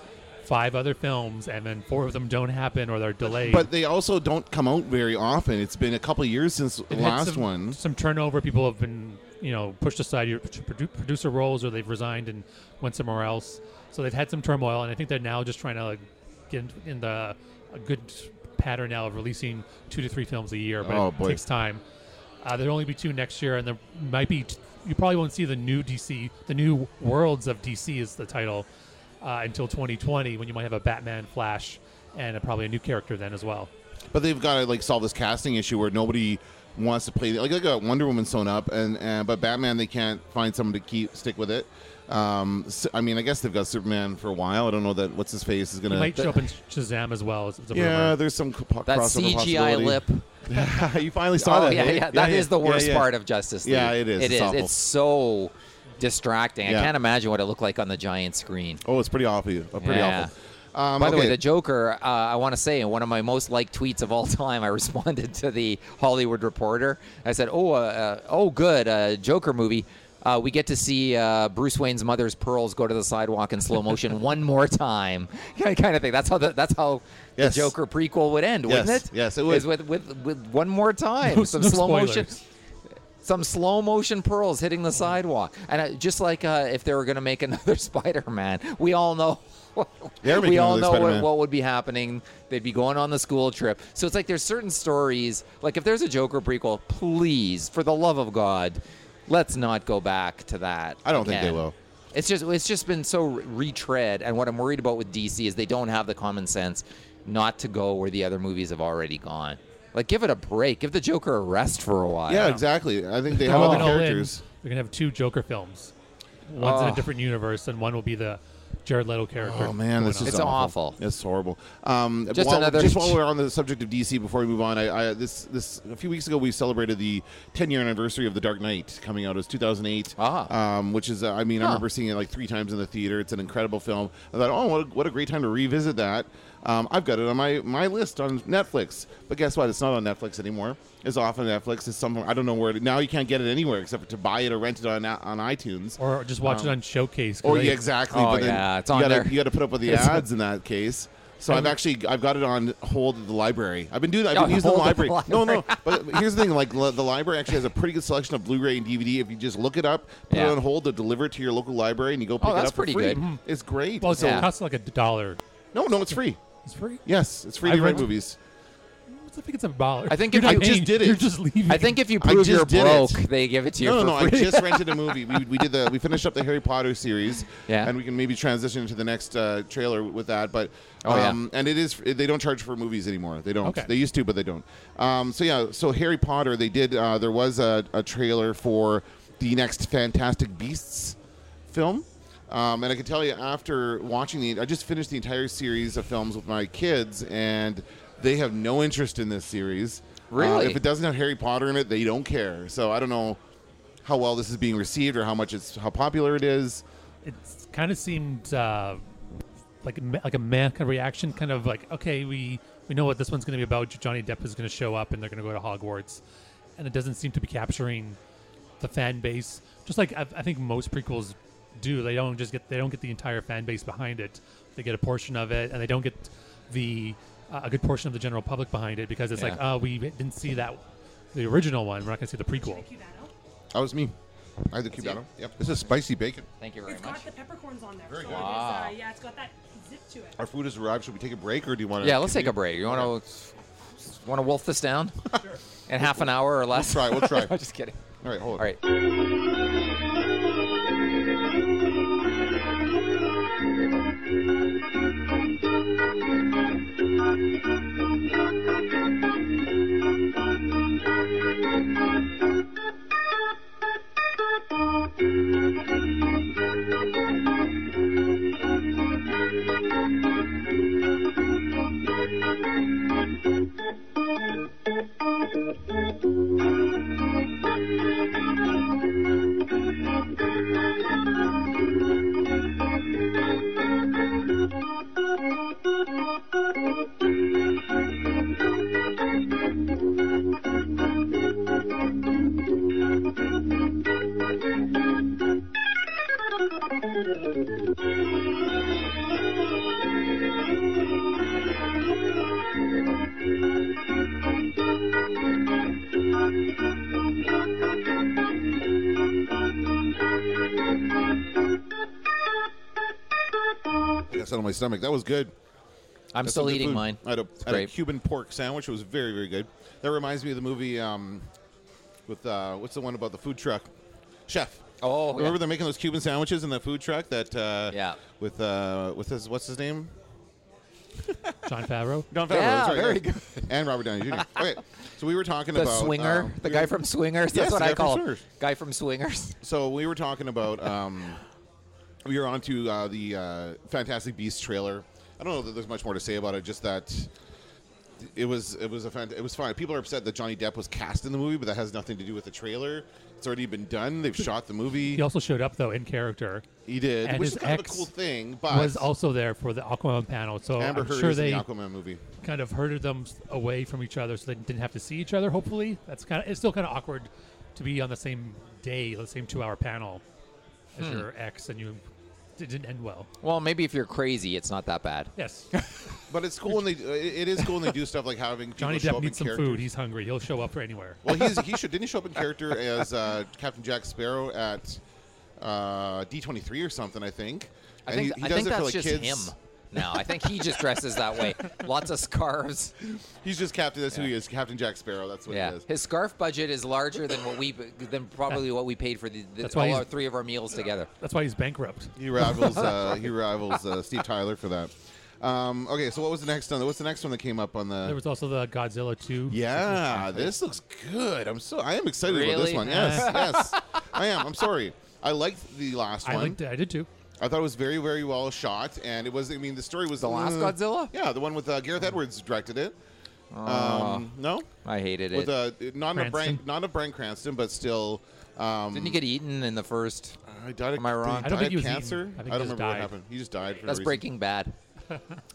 Speaker 3: five other films, and then four of them don't happen or they're delayed.
Speaker 1: But they also don't come out very often. It's been a couple of years since the
Speaker 3: They've had
Speaker 1: last
Speaker 3: some,
Speaker 1: one.
Speaker 3: Some turnover. People have been, you know, pushed aside your produ- producer roles, or they've resigned and went somewhere else. So they've had some turmoil, and I think they're now just trying to like, get in, in the a good pattern now of releasing two to three films a year, but
Speaker 1: Oh,
Speaker 3: it
Speaker 1: boy.
Speaker 3: takes time. Uh, there'll only be two next year, and there might be. T- you probably won't see the new DC, the new Worlds of DC is the title, uh, until 2020, when you might have a Batman, Flash, and uh probably a new character then as well.
Speaker 1: But they've got to like solve this casting issue where nobody wants to play. Like, they got Wonder Woman sewn up, and, and but Batman they can't find someone to keep stick with it. Um, s I I mean, I guess they've got Superman for a while. I don't know that what's his face is
Speaker 3: It
Speaker 1: gonna.
Speaker 3: might show up in Shazam as well. As, as a rumor.
Speaker 1: Uh, yeah, there's some c- po-
Speaker 2: that
Speaker 1: crossover
Speaker 2: CGI
Speaker 1: possibility.
Speaker 2: lip.
Speaker 1: you finally saw that.
Speaker 2: Oh, yeah,
Speaker 1: eh?
Speaker 2: yeah, that is the
Speaker 1: yeah,
Speaker 2: worst
Speaker 1: yeah.
Speaker 2: part of Justice League.
Speaker 1: Yeah, it is.
Speaker 2: It
Speaker 1: It's
Speaker 2: is.
Speaker 1: awful.
Speaker 2: It's so distracting.
Speaker 1: Yeah.
Speaker 2: I can't imagine what it looked like on the giant screen.
Speaker 1: Oh, it's pretty awful. Uh, pretty
Speaker 2: Yeah.
Speaker 1: awful. Um,
Speaker 2: By the way,
Speaker 1: okay.
Speaker 2: the Joker, uh, I want to say, in one of my most liked tweets of all time, I responded to the Hollywood Reporter. I said, "Oh, uh, uh, oh, good, uh, Joker movie. Uh, we get to see uh, Bruce Wayne's mother's pearls go to the sidewalk in slow motion one more time, kind of thing. That's how the, that's how
Speaker 1: Yes.
Speaker 2: the Joker prequel would end, wouldn't
Speaker 1: Yes,
Speaker 2: it?
Speaker 1: yes, it would.
Speaker 2: Is with, with with one more time,
Speaker 3: No-
Speaker 2: some
Speaker 3: no
Speaker 2: slow motion."
Speaker 3: spoilers.
Speaker 2: Some slow motion pearls hitting the sidewalk, and uh, just like uh, if they were going to make another Spider-Man, we all know
Speaker 1: They're
Speaker 2: we
Speaker 1: making
Speaker 2: all
Speaker 1: another
Speaker 2: know what,
Speaker 1: Spider-Man.
Speaker 2: what would be happening. They'd be going on the school trip. So it's like there's certain stories. Like if there's a Joker prequel, please, for the love of God, let's not go back to that.
Speaker 1: I don't think they
Speaker 2: again.
Speaker 1: will.
Speaker 2: It's just it's just been so re- retread. And what I'm worried about with DC is they don't have the common sense not to go where the other movies have already gone. Like give it a break. Give the Joker a rest for a while.
Speaker 1: yeah, exactly. I think they have
Speaker 3: They're
Speaker 1: other
Speaker 3: going all in.
Speaker 1: characters.
Speaker 3: They're gonna have two Joker films. One's in a
Speaker 2: Oh.
Speaker 3: different universe, and one will be the Jared Leto character.
Speaker 1: Oh man, this
Speaker 3: going
Speaker 1: is
Speaker 2: It's
Speaker 3: on.
Speaker 1: awful.
Speaker 2: awful.
Speaker 1: It's horrible. Um,
Speaker 2: Just
Speaker 1: while,
Speaker 2: another-
Speaker 1: Just while we're on the subject of DC, before we move on, I, I this this a few weeks ago we celebrated the 10 year anniversary of The Dark Knight coming out. It was 2008,
Speaker 2: Ah.
Speaker 1: um, which is uh, I mean I
Speaker 2: Huh.
Speaker 1: remember seeing it like three times in the theater. It's an incredible film. I thought, oh, what a, what a great time to revisit that. Um, I've got it on my, my list on Netflix, but guess what? It's not on Netflix anymore. It's off on Netflix. It's somewhere I don't know where. It, now you can't get it anywhere except for to buy it or rent it on on iTunes.
Speaker 3: Or just watch it on Showcase. 'cause
Speaker 1: Oh
Speaker 3: I-
Speaker 1: yeah, exactly.
Speaker 2: Um, Oh,
Speaker 1: but then
Speaker 2: yeah, it's
Speaker 1: you
Speaker 2: on
Speaker 1: gotta,
Speaker 2: there.
Speaker 1: You got to put up with the
Speaker 2: It's-
Speaker 1: ads in that case. So I've actually I've got it on hold at the library. I've been doing I've been
Speaker 2: Oh,
Speaker 1: using the
Speaker 2: hold at the
Speaker 1: library. No, no. But here's the thing: like li- the library actually has a pretty good selection of Blu-ray and DVD. If you just look it up, put
Speaker 2: Yeah. Oh,
Speaker 1: it on hold, they deliver it to your local library, and you go pick it
Speaker 2: that's
Speaker 1: up for
Speaker 2: pretty
Speaker 1: free.
Speaker 2: good. Mhm.
Speaker 1: It's great.
Speaker 3: Well, it's,
Speaker 2: Yeah.
Speaker 3: it costs like a dollar.
Speaker 1: no, no, it's free.
Speaker 3: It's free.
Speaker 1: Yes, it's free to
Speaker 3: I've
Speaker 1: rent
Speaker 3: read-
Speaker 1: movies.
Speaker 3: I think it's a dollar.
Speaker 2: I think
Speaker 3: you're
Speaker 2: if
Speaker 3: not
Speaker 2: you- I just
Speaker 3: paying,
Speaker 1: did it.
Speaker 3: You're just leaving.
Speaker 2: I think if you
Speaker 1: I
Speaker 2: prove
Speaker 1: just
Speaker 2: you're
Speaker 1: did it.
Speaker 2: broke, they give it to you
Speaker 1: No,
Speaker 2: for
Speaker 1: no, no. I
Speaker 2: free.
Speaker 1: just rented a movie. We, we did the we finished up the Harry Potter series,
Speaker 2: Yeah.
Speaker 1: and we can maybe transition to the next uh, trailer with that. But
Speaker 2: Oh, yeah.
Speaker 1: um, and it is they don't charge for movies anymore. They don't.
Speaker 3: Okay.
Speaker 1: They used to, but they don't. Um, so yeah, so Harry Potter, they did. Uh, there was a, a trailer for the next Fantastic Beasts film. Um, and I can tell you after watching the, I just finished the entire series of films with my kids, and they have no interest in this series. Uh,
Speaker 2: Really?
Speaker 1: if it doesn't have Harry Potter in it, they don't care. So I don't know how well this is being received or how much it's how popular it is.
Speaker 3: it kind of seemed uh, like a me- like a man kind of reaction, kind of like okay, we we know what this one's going to be about. Johnny Depp is going to show up, and they're going to go to Hogwarts, and it doesn't seem to be capturing the fan base. Just like I, I think most prequels do, they don't just get they don't get the entire fan base behind it. They get a portion of it, and they don't get the uh, a good portion of the general public behind it because it's like
Speaker 2: Yeah.
Speaker 3: oh, we didn't see that the original one. We're not going to see the prequel.
Speaker 1: That was me. I had the cubano. Yep.
Speaker 9: This is spicy bacon.
Speaker 2: Thank you very
Speaker 10: It's
Speaker 2: much.
Speaker 10: got the peppercorns on there.
Speaker 1: Very
Speaker 10: so
Speaker 1: good. Ah.
Speaker 10: it
Speaker 2: Wow.
Speaker 10: is, uh, yeah, it's got that zip to it.
Speaker 1: Our food has arrived. Should we take a break or do you want to?
Speaker 2: Yeah, let's take a break. You want to want to wolf this down in half an hour or less?
Speaker 1: try, we'll try.
Speaker 2: I'm just kidding.
Speaker 1: All right, hold on.
Speaker 2: All right.
Speaker 1: I got something on my stomach. That was good.
Speaker 2: I'm
Speaker 1: That's
Speaker 2: still
Speaker 1: some good
Speaker 2: eating
Speaker 1: food.
Speaker 2: mine.
Speaker 1: I had, a,
Speaker 2: It's
Speaker 1: I had a
Speaker 2: great.
Speaker 1: Cuban pork sandwich. It was very, very good. That reminds me of the movie um, with uh, what's the one about the food truck? Chef.
Speaker 2: Oh,
Speaker 1: remember
Speaker 2: yeah.
Speaker 1: they're making those Cuban sandwiches in that food truck that uh,
Speaker 2: Yeah.
Speaker 1: with uh, with his what's his name?
Speaker 3: John Favreau.
Speaker 1: Don Favreau.
Speaker 2: Yeah,
Speaker 1: that's right,
Speaker 2: very
Speaker 1: yeah. And Robert Downey Jr. okay, so we were talking
Speaker 2: The
Speaker 1: about
Speaker 2: swinger,
Speaker 1: um,
Speaker 2: the
Speaker 1: we
Speaker 2: guy
Speaker 1: were-
Speaker 2: from Swingers.
Speaker 1: Yes,
Speaker 2: That's what
Speaker 1: the
Speaker 2: I
Speaker 1: guy from
Speaker 2: call him.
Speaker 1: Swingers.
Speaker 2: Guy from Swingers.
Speaker 1: So we were talking about um, we were on to uh, the uh, Fantastic Beasts trailer. I don't know that there's much more to say about it. Just that it was it was a fant- it was fine. People are upset that Johnny Depp was cast in the movie, but that has nothing to do with the trailer. It's already been done. They've shot the movie.
Speaker 3: He also showed up though in character.
Speaker 1: He did,
Speaker 3: and
Speaker 1: which is
Speaker 3: his
Speaker 1: kind of a
Speaker 3: ex
Speaker 1: cool thing. But
Speaker 3: was also there for the Aquaman panel, so
Speaker 1: Amber
Speaker 3: I'm
Speaker 1: Heard
Speaker 3: sure
Speaker 1: is
Speaker 3: they
Speaker 1: in the Aquaman movie.
Speaker 3: kind of herded them s- away from each other, so they didn't have to see each other. Hopefully, that's kind of it's still kind of awkward to be on the same day, the same two-hour panel as
Speaker 1: Hmm.
Speaker 3: your ex, and you it didn't end well.
Speaker 2: Well, maybe if you're crazy, it's not that bad.
Speaker 3: Yes,
Speaker 1: But it's cool when they uh, it is cool when they do stuff like having people
Speaker 3: Johnny
Speaker 1: show
Speaker 3: Depp
Speaker 1: up
Speaker 3: needs
Speaker 1: in
Speaker 3: some
Speaker 1: character.
Speaker 3: food. He's hungry. He'll show up for anywhere.
Speaker 1: Well, he's, he should. Didn't he show up in character as uh, Captain Jack Sparrow at uh, D23 or something, I think?
Speaker 2: I
Speaker 1: And
Speaker 2: think
Speaker 1: he, he
Speaker 2: I
Speaker 1: does
Speaker 2: think
Speaker 1: it for,
Speaker 2: that's
Speaker 1: like,
Speaker 2: just
Speaker 1: kids.
Speaker 2: him. now. I think he just dresses that way. Lots of scarves.
Speaker 1: He's just Captain. That's who he is. Captain Jack Sparrow. That's what
Speaker 2: Yeah,
Speaker 1: he is.
Speaker 2: his scarf budget is larger than what we than probably what we paid for the, the
Speaker 3: That's why
Speaker 2: all
Speaker 3: he's-
Speaker 2: our three of our meals together.
Speaker 3: That's why he's bankrupt.
Speaker 1: He rivals. Uh, he rivals uh, Steve Tyler for that. Um, okay, so what was the next one? What's the next one that came up on the?
Speaker 3: There was also the Godzilla 2.
Speaker 1: yeah, this looks good. I'm so. I am excited about this
Speaker 2: Really?
Speaker 1: one. Yes, yes, I am. I'm sorry. I liked the last
Speaker 3: I
Speaker 1: one.
Speaker 3: liked it. I did too.
Speaker 1: I thought it was very, very well shot, and it was. I mean, the story was Mm.
Speaker 2: The last Godzilla? Oh.
Speaker 1: Yeah, the one with uh, Gareth Edwards directed it. um, no,
Speaker 2: Ah. I hated it.
Speaker 1: with uh, not a Brian,
Speaker 3: Cranston.
Speaker 1: not a Brian Cranston, but still. Um,
Speaker 2: Didn't he get eaten in the first?
Speaker 1: I died of,
Speaker 2: Am I wrong?
Speaker 1: He
Speaker 2: I
Speaker 3: don't think
Speaker 1: died
Speaker 3: he was
Speaker 1: of cancer.
Speaker 3: eaten. I think
Speaker 1: I
Speaker 3: he
Speaker 1: don't
Speaker 3: just
Speaker 1: remember what
Speaker 3: died.
Speaker 1: happened. He just died. For
Speaker 2: That's
Speaker 1: a reason.
Speaker 2: Breaking Bad.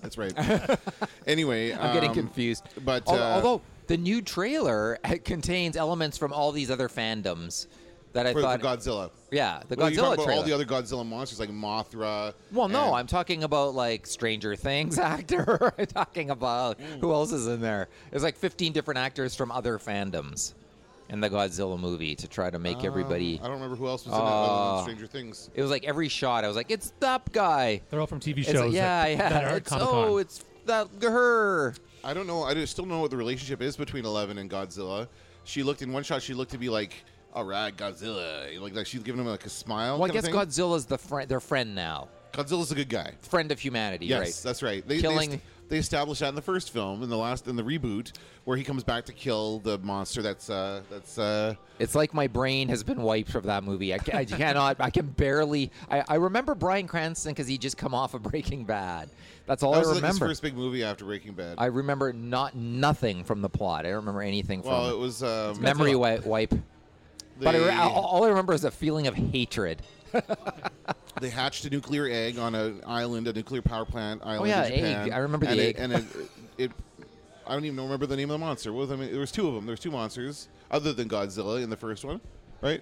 Speaker 1: That's right. anyway,
Speaker 2: I'm getting
Speaker 1: um,
Speaker 2: confused.
Speaker 1: But
Speaker 2: Al- although,
Speaker 1: uh,
Speaker 2: the new trailer contains elements from all these other fandoms that I
Speaker 1: for,
Speaker 2: thought.
Speaker 1: for Godzilla,
Speaker 2: yeah, the
Speaker 1: Well,
Speaker 2: Godzilla
Speaker 1: you're talking about
Speaker 2: trailer.
Speaker 1: all the other Godzilla monsters like Mothra.
Speaker 2: well, no,
Speaker 1: and-
Speaker 2: I'm talking about like Stranger Things actor. I'm talking about
Speaker 1: Mm.
Speaker 2: who else is in there. There's like 15 different actors from other fandoms in the Godzilla movie to try to make everybody.
Speaker 1: I don't remember who else was in it other than
Speaker 2: Uh,
Speaker 1: Stranger Things.
Speaker 2: It was like every shot. I was like, it's that guy.
Speaker 3: They're all from TV
Speaker 2: It's
Speaker 3: shows.
Speaker 2: like, yeah,
Speaker 3: that,
Speaker 2: yeah.
Speaker 3: That are at
Speaker 2: it's,
Speaker 3: Comic-Con.
Speaker 2: oh, it's that her.
Speaker 1: I don't know. I just still don't know what the relationship is between Eleven and Godzilla. She looked in one shot. She looked to be like, "All right, Godzilla." Like, like she's giving him like a smile.
Speaker 2: Well, I
Speaker 1: kind of
Speaker 2: guess
Speaker 1: thing.
Speaker 2: Godzilla's the friend. Their friend now.
Speaker 1: Godzilla's a good guy.
Speaker 2: Friend of humanity.
Speaker 1: Yes,
Speaker 2: right.
Speaker 1: that's right. They,
Speaker 2: Killing-
Speaker 1: They, est- they established that in the first film, in the last, in the reboot, where he comes back to kill the monster. That's uh, that's uh,
Speaker 2: It's like my brain has been wiped from that movie. I, ca- I cannot. I can barely. I, I remember Brian Cranston because he just come off of Breaking Bad. That's all
Speaker 1: that was
Speaker 2: Oh, I
Speaker 1: like his
Speaker 2: remember.
Speaker 1: first big movie after Breaking Bad.
Speaker 2: I remember not nothing from the plot. I don't remember anything from
Speaker 1: well, it was um,
Speaker 2: memory wi- wipe. But I re-
Speaker 1: they-
Speaker 2: all, all I remember is a feeling of hatred.
Speaker 1: they hatched a nuclear egg on an island, a nuclear power plant island.
Speaker 2: Oh, yeah,
Speaker 1: in Japan,
Speaker 2: egg. I remember the
Speaker 1: and
Speaker 2: egg.
Speaker 1: It, and it, it, I don't even remember the name of the monster. What was I mean? There was two of them. There was two monsters other than Godzilla in the first one, right?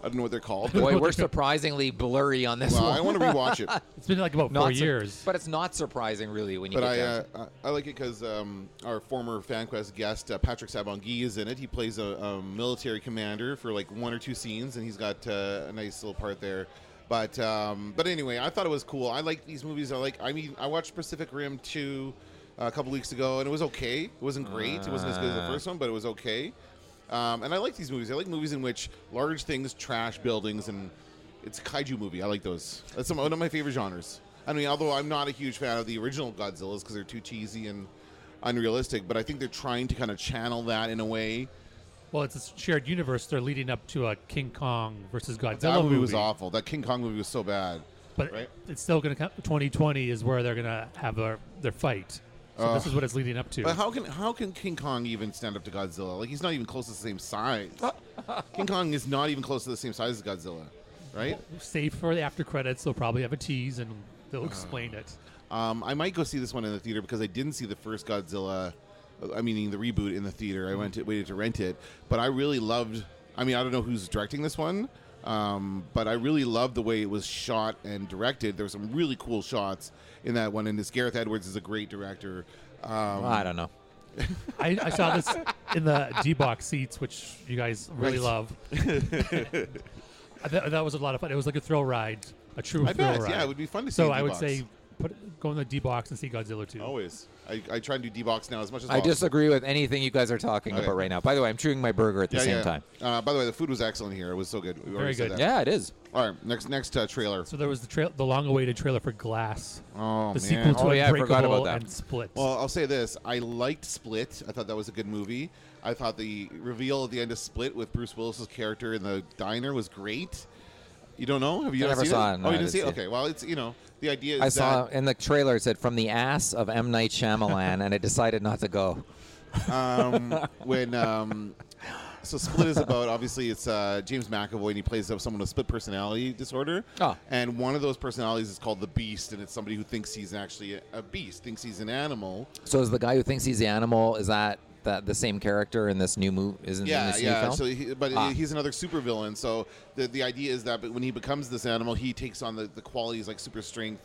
Speaker 1: I don't know what they're called. But,
Speaker 2: Boy, we're surprisingly blurry on this
Speaker 1: well,
Speaker 2: one.
Speaker 1: I want to rewatch it,
Speaker 3: It's been like about
Speaker 2: Not
Speaker 3: four
Speaker 2: sur-
Speaker 3: years.
Speaker 2: but it's not surprising really when you
Speaker 1: but
Speaker 2: get
Speaker 1: I,
Speaker 2: down to
Speaker 1: uh, I I like it because um, our former FanQuest guest uh, Patrick Sabongi is in it. He plays a, a military commander for like one or two scenes, and he's got uh, a nice little part there. But um, but anyway, I thought it was cool. I like these movies. I like. I mean, I watched Pacific Rim two uh, a couple weeks ago, and it was okay. It wasn't great. it wasn't as good as
Speaker 2: Ah.
Speaker 1: the first one, but it was okay. Um, and I like these movies. I like movies in which large things trash buildings, and it's a kaiju movie. I like those. That's some, one of my favorite genres. I mean, although I'm not a huge fan of the original Godzillas because they're too cheesy and unrealistic, but I think they're trying to kind of channel that in a way.
Speaker 3: well, it's a shared universe. They're leading up to a King Kong versus Godzilla
Speaker 1: That movie, was awful. That King Kong movie was so bad.
Speaker 3: But
Speaker 1: right?
Speaker 3: it's still going to come. 2020 is where they're going to have their, their fight. So this is what it's leading up to.
Speaker 1: Uh. But how can how can King Kong even stand up to Godzilla? Like he's not even close to the same size. King Kong is not even close to the same size as Godzilla, right?
Speaker 3: Save for the after credits, they'll probably have a tease and they'll
Speaker 1: Uh.
Speaker 3: explain it.
Speaker 1: Um, I might go see this one in the theater because I didn't see the first Godzilla. uh, I mean, the reboot in the theater. I went to, waited to rent it, but I really loved. I mean, I don't know who's directing this one, um, but I really loved the way it was shot and directed. There were some really cool shots in that one, and this Gareth Edwards is a great director. Um,
Speaker 2: I don't know.
Speaker 3: I, I saw this in the D box seats, which you guys really
Speaker 1: Right.
Speaker 3: love. that, that was a lot of fun. It was like a thrill ride, a true
Speaker 1: I
Speaker 3: thrill
Speaker 1: bet,
Speaker 3: ride.
Speaker 1: yeah, it would be fun to see
Speaker 3: So
Speaker 1: a
Speaker 3: I would
Speaker 1: D-Box. Oh,
Speaker 3: say, put, go in the D box and see Godzilla 2.
Speaker 1: Always, I, I try and do D box now as much as
Speaker 2: I
Speaker 1: possible.
Speaker 2: disagree with anything you guys are talking
Speaker 1: Okay.
Speaker 2: about right now. By the way, I'm chewing my burger at the
Speaker 1: Yeah,
Speaker 2: same
Speaker 1: yeah.
Speaker 2: time.
Speaker 1: Uh, by the way, the food was excellent here. It was so good. We already said
Speaker 3: good.
Speaker 1: that.
Speaker 2: Yeah, it is.
Speaker 1: All right, next next uh, trailer.
Speaker 3: So there was the trail, the long-awaited trailer for Glass,
Speaker 1: Oh man.
Speaker 3: the sequel to
Speaker 2: Oh, yeah, I
Speaker 3: Unbreakable
Speaker 2: forgot about that.
Speaker 3: and Split.
Speaker 1: Well, I'll say this: I liked Split. I thought that was a good movie. I thought the reveal at the end of Split with Bruce Willis's character in the diner was great. You don't know? Have you
Speaker 2: I
Speaker 1: not
Speaker 2: never
Speaker 1: seen
Speaker 2: saw
Speaker 1: it?
Speaker 2: it, no,
Speaker 1: oh, you
Speaker 2: I
Speaker 1: didn't see it?
Speaker 2: didn't see
Speaker 1: Okay. Well, it's you know the idea is
Speaker 2: I
Speaker 1: that
Speaker 2: saw in the trailer it said from the ass of M Night Shyamalan, and I decided not to go.
Speaker 1: um, when um, so split is about obviously it's uh, James McAvoy and he plays up someone with split personality disorder.
Speaker 2: Oh.
Speaker 1: And one of those personalities is called the Beast, and it's somebody who thinks he's actually a, a beast, thinks he's an animal.
Speaker 2: So is the guy who thinks he's the animal? Is that that the same character in this new movie? Isn't in
Speaker 1: Yeah,
Speaker 2: this
Speaker 1: yeah.
Speaker 2: new film?
Speaker 1: So, he, but
Speaker 2: Ah.
Speaker 1: he's another supervillain. So the the idea is that, but when he becomes this animal, he takes on the, the qualities like super strength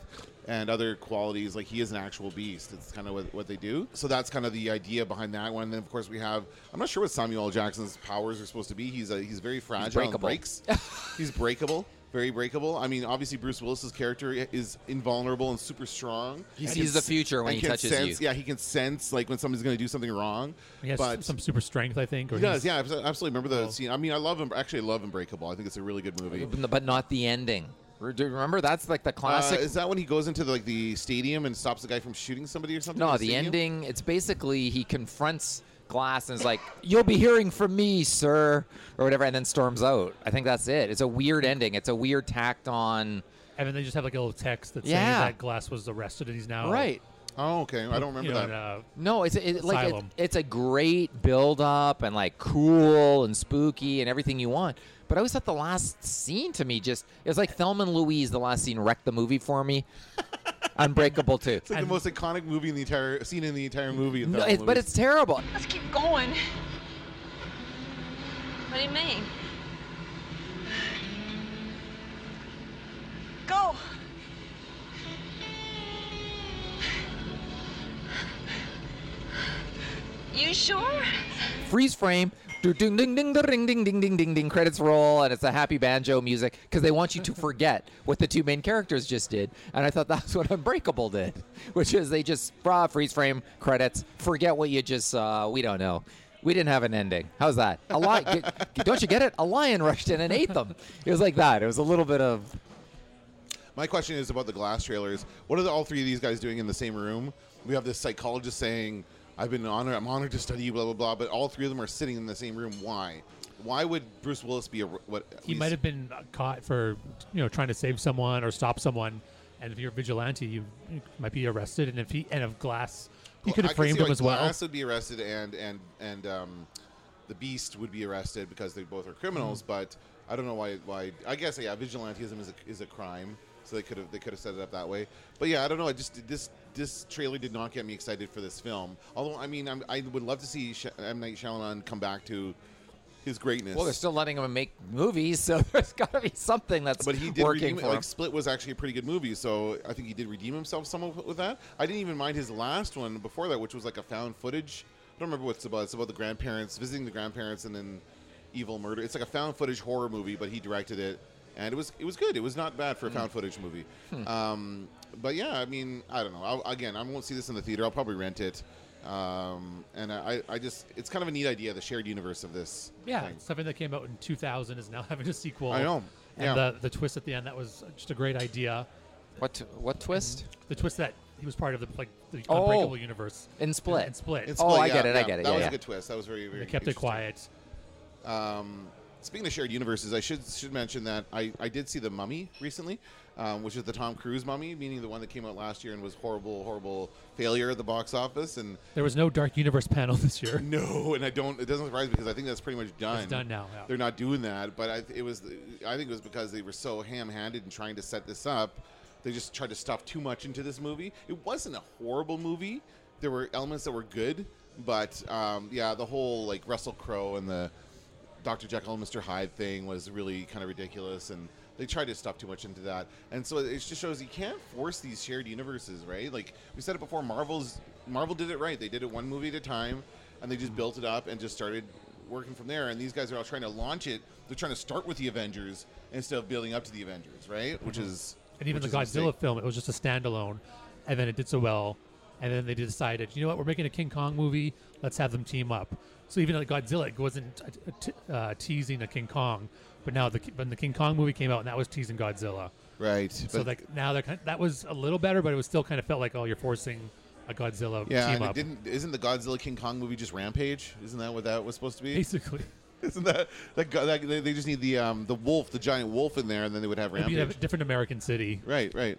Speaker 1: and other qualities. Like he is an actual beast. It's kind of what, what they do. So that's kind of the idea behind that one. And then of course we have. I'm not sure what Samuel L. Jackson's powers are supposed to be. He's a, he's very fragile. and
Speaker 2: breakable.
Speaker 1: breaks. he's breakable. Very breakable. I mean, obviously Bruce Willis's character i- is invulnerable and super strong.
Speaker 2: He
Speaker 1: and
Speaker 2: sees
Speaker 1: can
Speaker 2: the
Speaker 1: s-
Speaker 2: future when
Speaker 1: and
Speaker 2: he
Speaker 1: can
Speaker 2: touches
Speaker 1: sense-
Speaker 2: you.
Speaker 1: Yeah, he can sense like when somebody's going to do something wrong.
Speaker 3: he has
Speaker 1: but
Speaker 3: some super strength, I think. Or
Speaker 1: he does,
Speaker 3: he's-
Speaker 1: yeah. abso- Absolutely. Remember the scene. I mean, I love him. Actually, I love Unbreakable. I think it's a really good movie.
Speaker 2: But- but not the ending. Re- do you Remember that's like the
Speaker 1: Uh,
Speaker 2: classic.
Speaker 1: is that when he goes into the, like the stadium and stops the guy from shooting somebody or something?
Speaker 2: no,
Speaker 1: in
Speaker 2: the
Speaker 1: stadium?
Speaker 2: ending. It's basically he confronts Glass and is like, "You'll be hearing from me, sir," or whatever, and then storms out. I think that's it. It's a weird ending. It's a weird tacked on.
Speaker 3: and then they just have like a little text that
Speaker 2: Yeah.
Speaker 3: says that Glass was arrested and he's now
Speaker 2: Right.
Speaker 1: Oh, okay. I don't remember
Speaker 3: You know,
Speaker 1: that.
Speaker 3: in, uh,
Speaker 2: No, it's it, like it,
Speaker 3: Asylum.
Speaker 2: it's a great build up and like cool and spooky and everything you want. But I always thought the last scene to me just it was like Thelma and Louise. The last scene wrecked the movie for me. Unbreakable too.
Speaker 1: It's like the most iconic movie in the entire scene in the entire movie.
Speaker 2: No, it- but it's terrible.
Speaker 9: Let's keep going. What do you mean? Go. You sure?
Speaker 2: Freeze frame. Do ding ding ding da ding ding ding ding ding ding. Credits roll and it's a happy banjo music because they want you to forget what the two main characters just did. And I thought that's what Unbreakable did, which is they just raw freeze frame credits. Forget what you just saw. We don't know. We didn't have an ending. How's that? A lion. don't you get it? A lion rushed in and ate them. It was like that. It was a little bit of
Speaker 1: My question is about the glass trailers. What are the, all three of these guys doing in the same room? We have this psychologist saying, "I've been honored. I'm honored to study you." Blah blah blah. But all three of them are sitting in the same room. Why? Why would Bruce Willis be a what? at
Speaker 3: he
Speaker 1: least-
Speaker 3: might have been caught for you know trying to save someone or stop someone and if you're a vigilante you, you might be arrested and if he and if glass he
Speaker 1: Well,
Speaker 3: could
Speaker 1: I
Speaker 3: have
Speaker 1: can
Speaker 3: framed
Speaker 1: see
Speaker 3: him
Speaker 1: why
Speaker 3: as well
Speaker 1: Glass would be arrested, and and and um, the Beast would be arrested because they both are
Speaker 3: Mm.
Speaker 1: criminals. But I don't know why. Why I guess yeah, vigilantism is a, is a crime, so they could have they could have set it up that way. But yeah, I don't know. I just this this trailer did not get me excited for this film. Although I mean, I'm, I would love to see Sha- M Night Shyamalan come back to his greatness.
Speaker 2: well, they're still letting him make movies, so there's got to be something that's
Speaker 1: but he did
Speaker 2: working
Speaker 1: redeem
Speaker 2: for
Speaker 1: like
Speaker 2: him.
Speaker 1: Split was actually a pretty good movie, so I think he did redeem himself somewhat with that. I didn't even mind his last one before that, which was like a found footage. I don't remember what it's about. It's about the grandparents visiting the grandparents and then evil murder. It's like a found footage horror movie, but he directed it, and it was it was good. It was not bad
Speaker 2: Hmm.
Speaker 1: for a found footage movie. Um, but yeah, I mean, I don't know. I'll, again, I won't see this in the theater. I'll probably rent it. Um, and I, I just, it's kind of a neat idea, the shared universe of this.
Speaker 3: yeah
Speaker 1: thing.
Speaker 3: something that came out in 2000 is now having a sequel
Speaker 1: I know.
Speaker 3: and
Speaker 1: Yeah.
Speaker 3: the, the twist at the end that was just a great idea
Speaker 2: What t- what twist?
Speaker 3: the twist that he was part of the like the
Speaker 2: Oh.
Speaker 3: unbreakable universe
Speaker 2: In Split.
Speaker 3: and split
Speaker 1: It's
Speaker 2: Oh,
Speaker 1: split,
Speaker 2: I
Speaker 1: yeah,
Speaker 2: get it, I
Speaker 1: yeah.
Speaker 2: get it,
Speaker 1: That
Speaker 2: yeah,
Speaker 1: was
Speaker 2: yeah.
Speaker 1: a good twist. That was very, very.
Speaker 3: they kept it
Speaker 1: interesting.
Speaker 3: quiet
Speaker 1: Um, speaking of shared universes, I should should mention that I, I did see the Mummy recently, um, which is the Tom Cruise Mummy, meaning the one that came out last year and was horrible, horrible failure at the box office. And
Speaker 3: there was no dark universe panel this year
Speaker 1: no, and I don't. It doesn't surprise me because I think that's pretty much done.
Speaker 3: done now, yeah.
Speaker 1: They're not doing that, but I, it was. I think it was because they were so ham-handed in trying to set this up. They just tried to stuff too much into this movie. It wasn't a horrible movie. There were elements that were good, but um, yeah, the whole like Russell Crowe and the Dr. Jekyll and Mr. Hyde thing was really kind of ridiculous, and they tried to stuff too much into that. And so it just shows you can't force these shared universes, right? Like we said it before, Marvel's Marvel did it right. They did it one movie at a time, and they just built it up and just started working from there. And these guys are all trying to launch it. They're trying to start with the Avengers instead of building up to the Avengers, right? Which is
Speaker 3: and even the
Speaker 1: which is a
Speaker 3: Godzilla
Speaker 1: mistake.
Speaker 3: film, it was just a standalone, and then it did so well, and then they decided, you know what, we're making a King Kong movie, let's have them team up. So even like Godzilla, it wasn't uh, t- uh, teasing a King Kong, but now the when the King Kong movie came out, and that was teasing Godzilla.
Speaker 1: right?
Speaker 3: so like now they're kind that was a little better, but it was still kind of felt like oh, you're forcing a Godzilla
Speaker 1: yeah,
Speaker 3: team
Speaker 1: and
Speaker 3: up,
Speaker 1: it didn't. Isn't the Godzilla King Kong movie just Rampage? Isn't that what that was supposed to be?
Speaker 3: basically.
Speaker 1: Isn't that that, guy- that they they just need the um the wolf, the giant wolf in there, and then they would have
Speaker 3: It'd be a
Speaker 1: rampage.
Speaker 3: different American city.
Speaker 1: Right, right.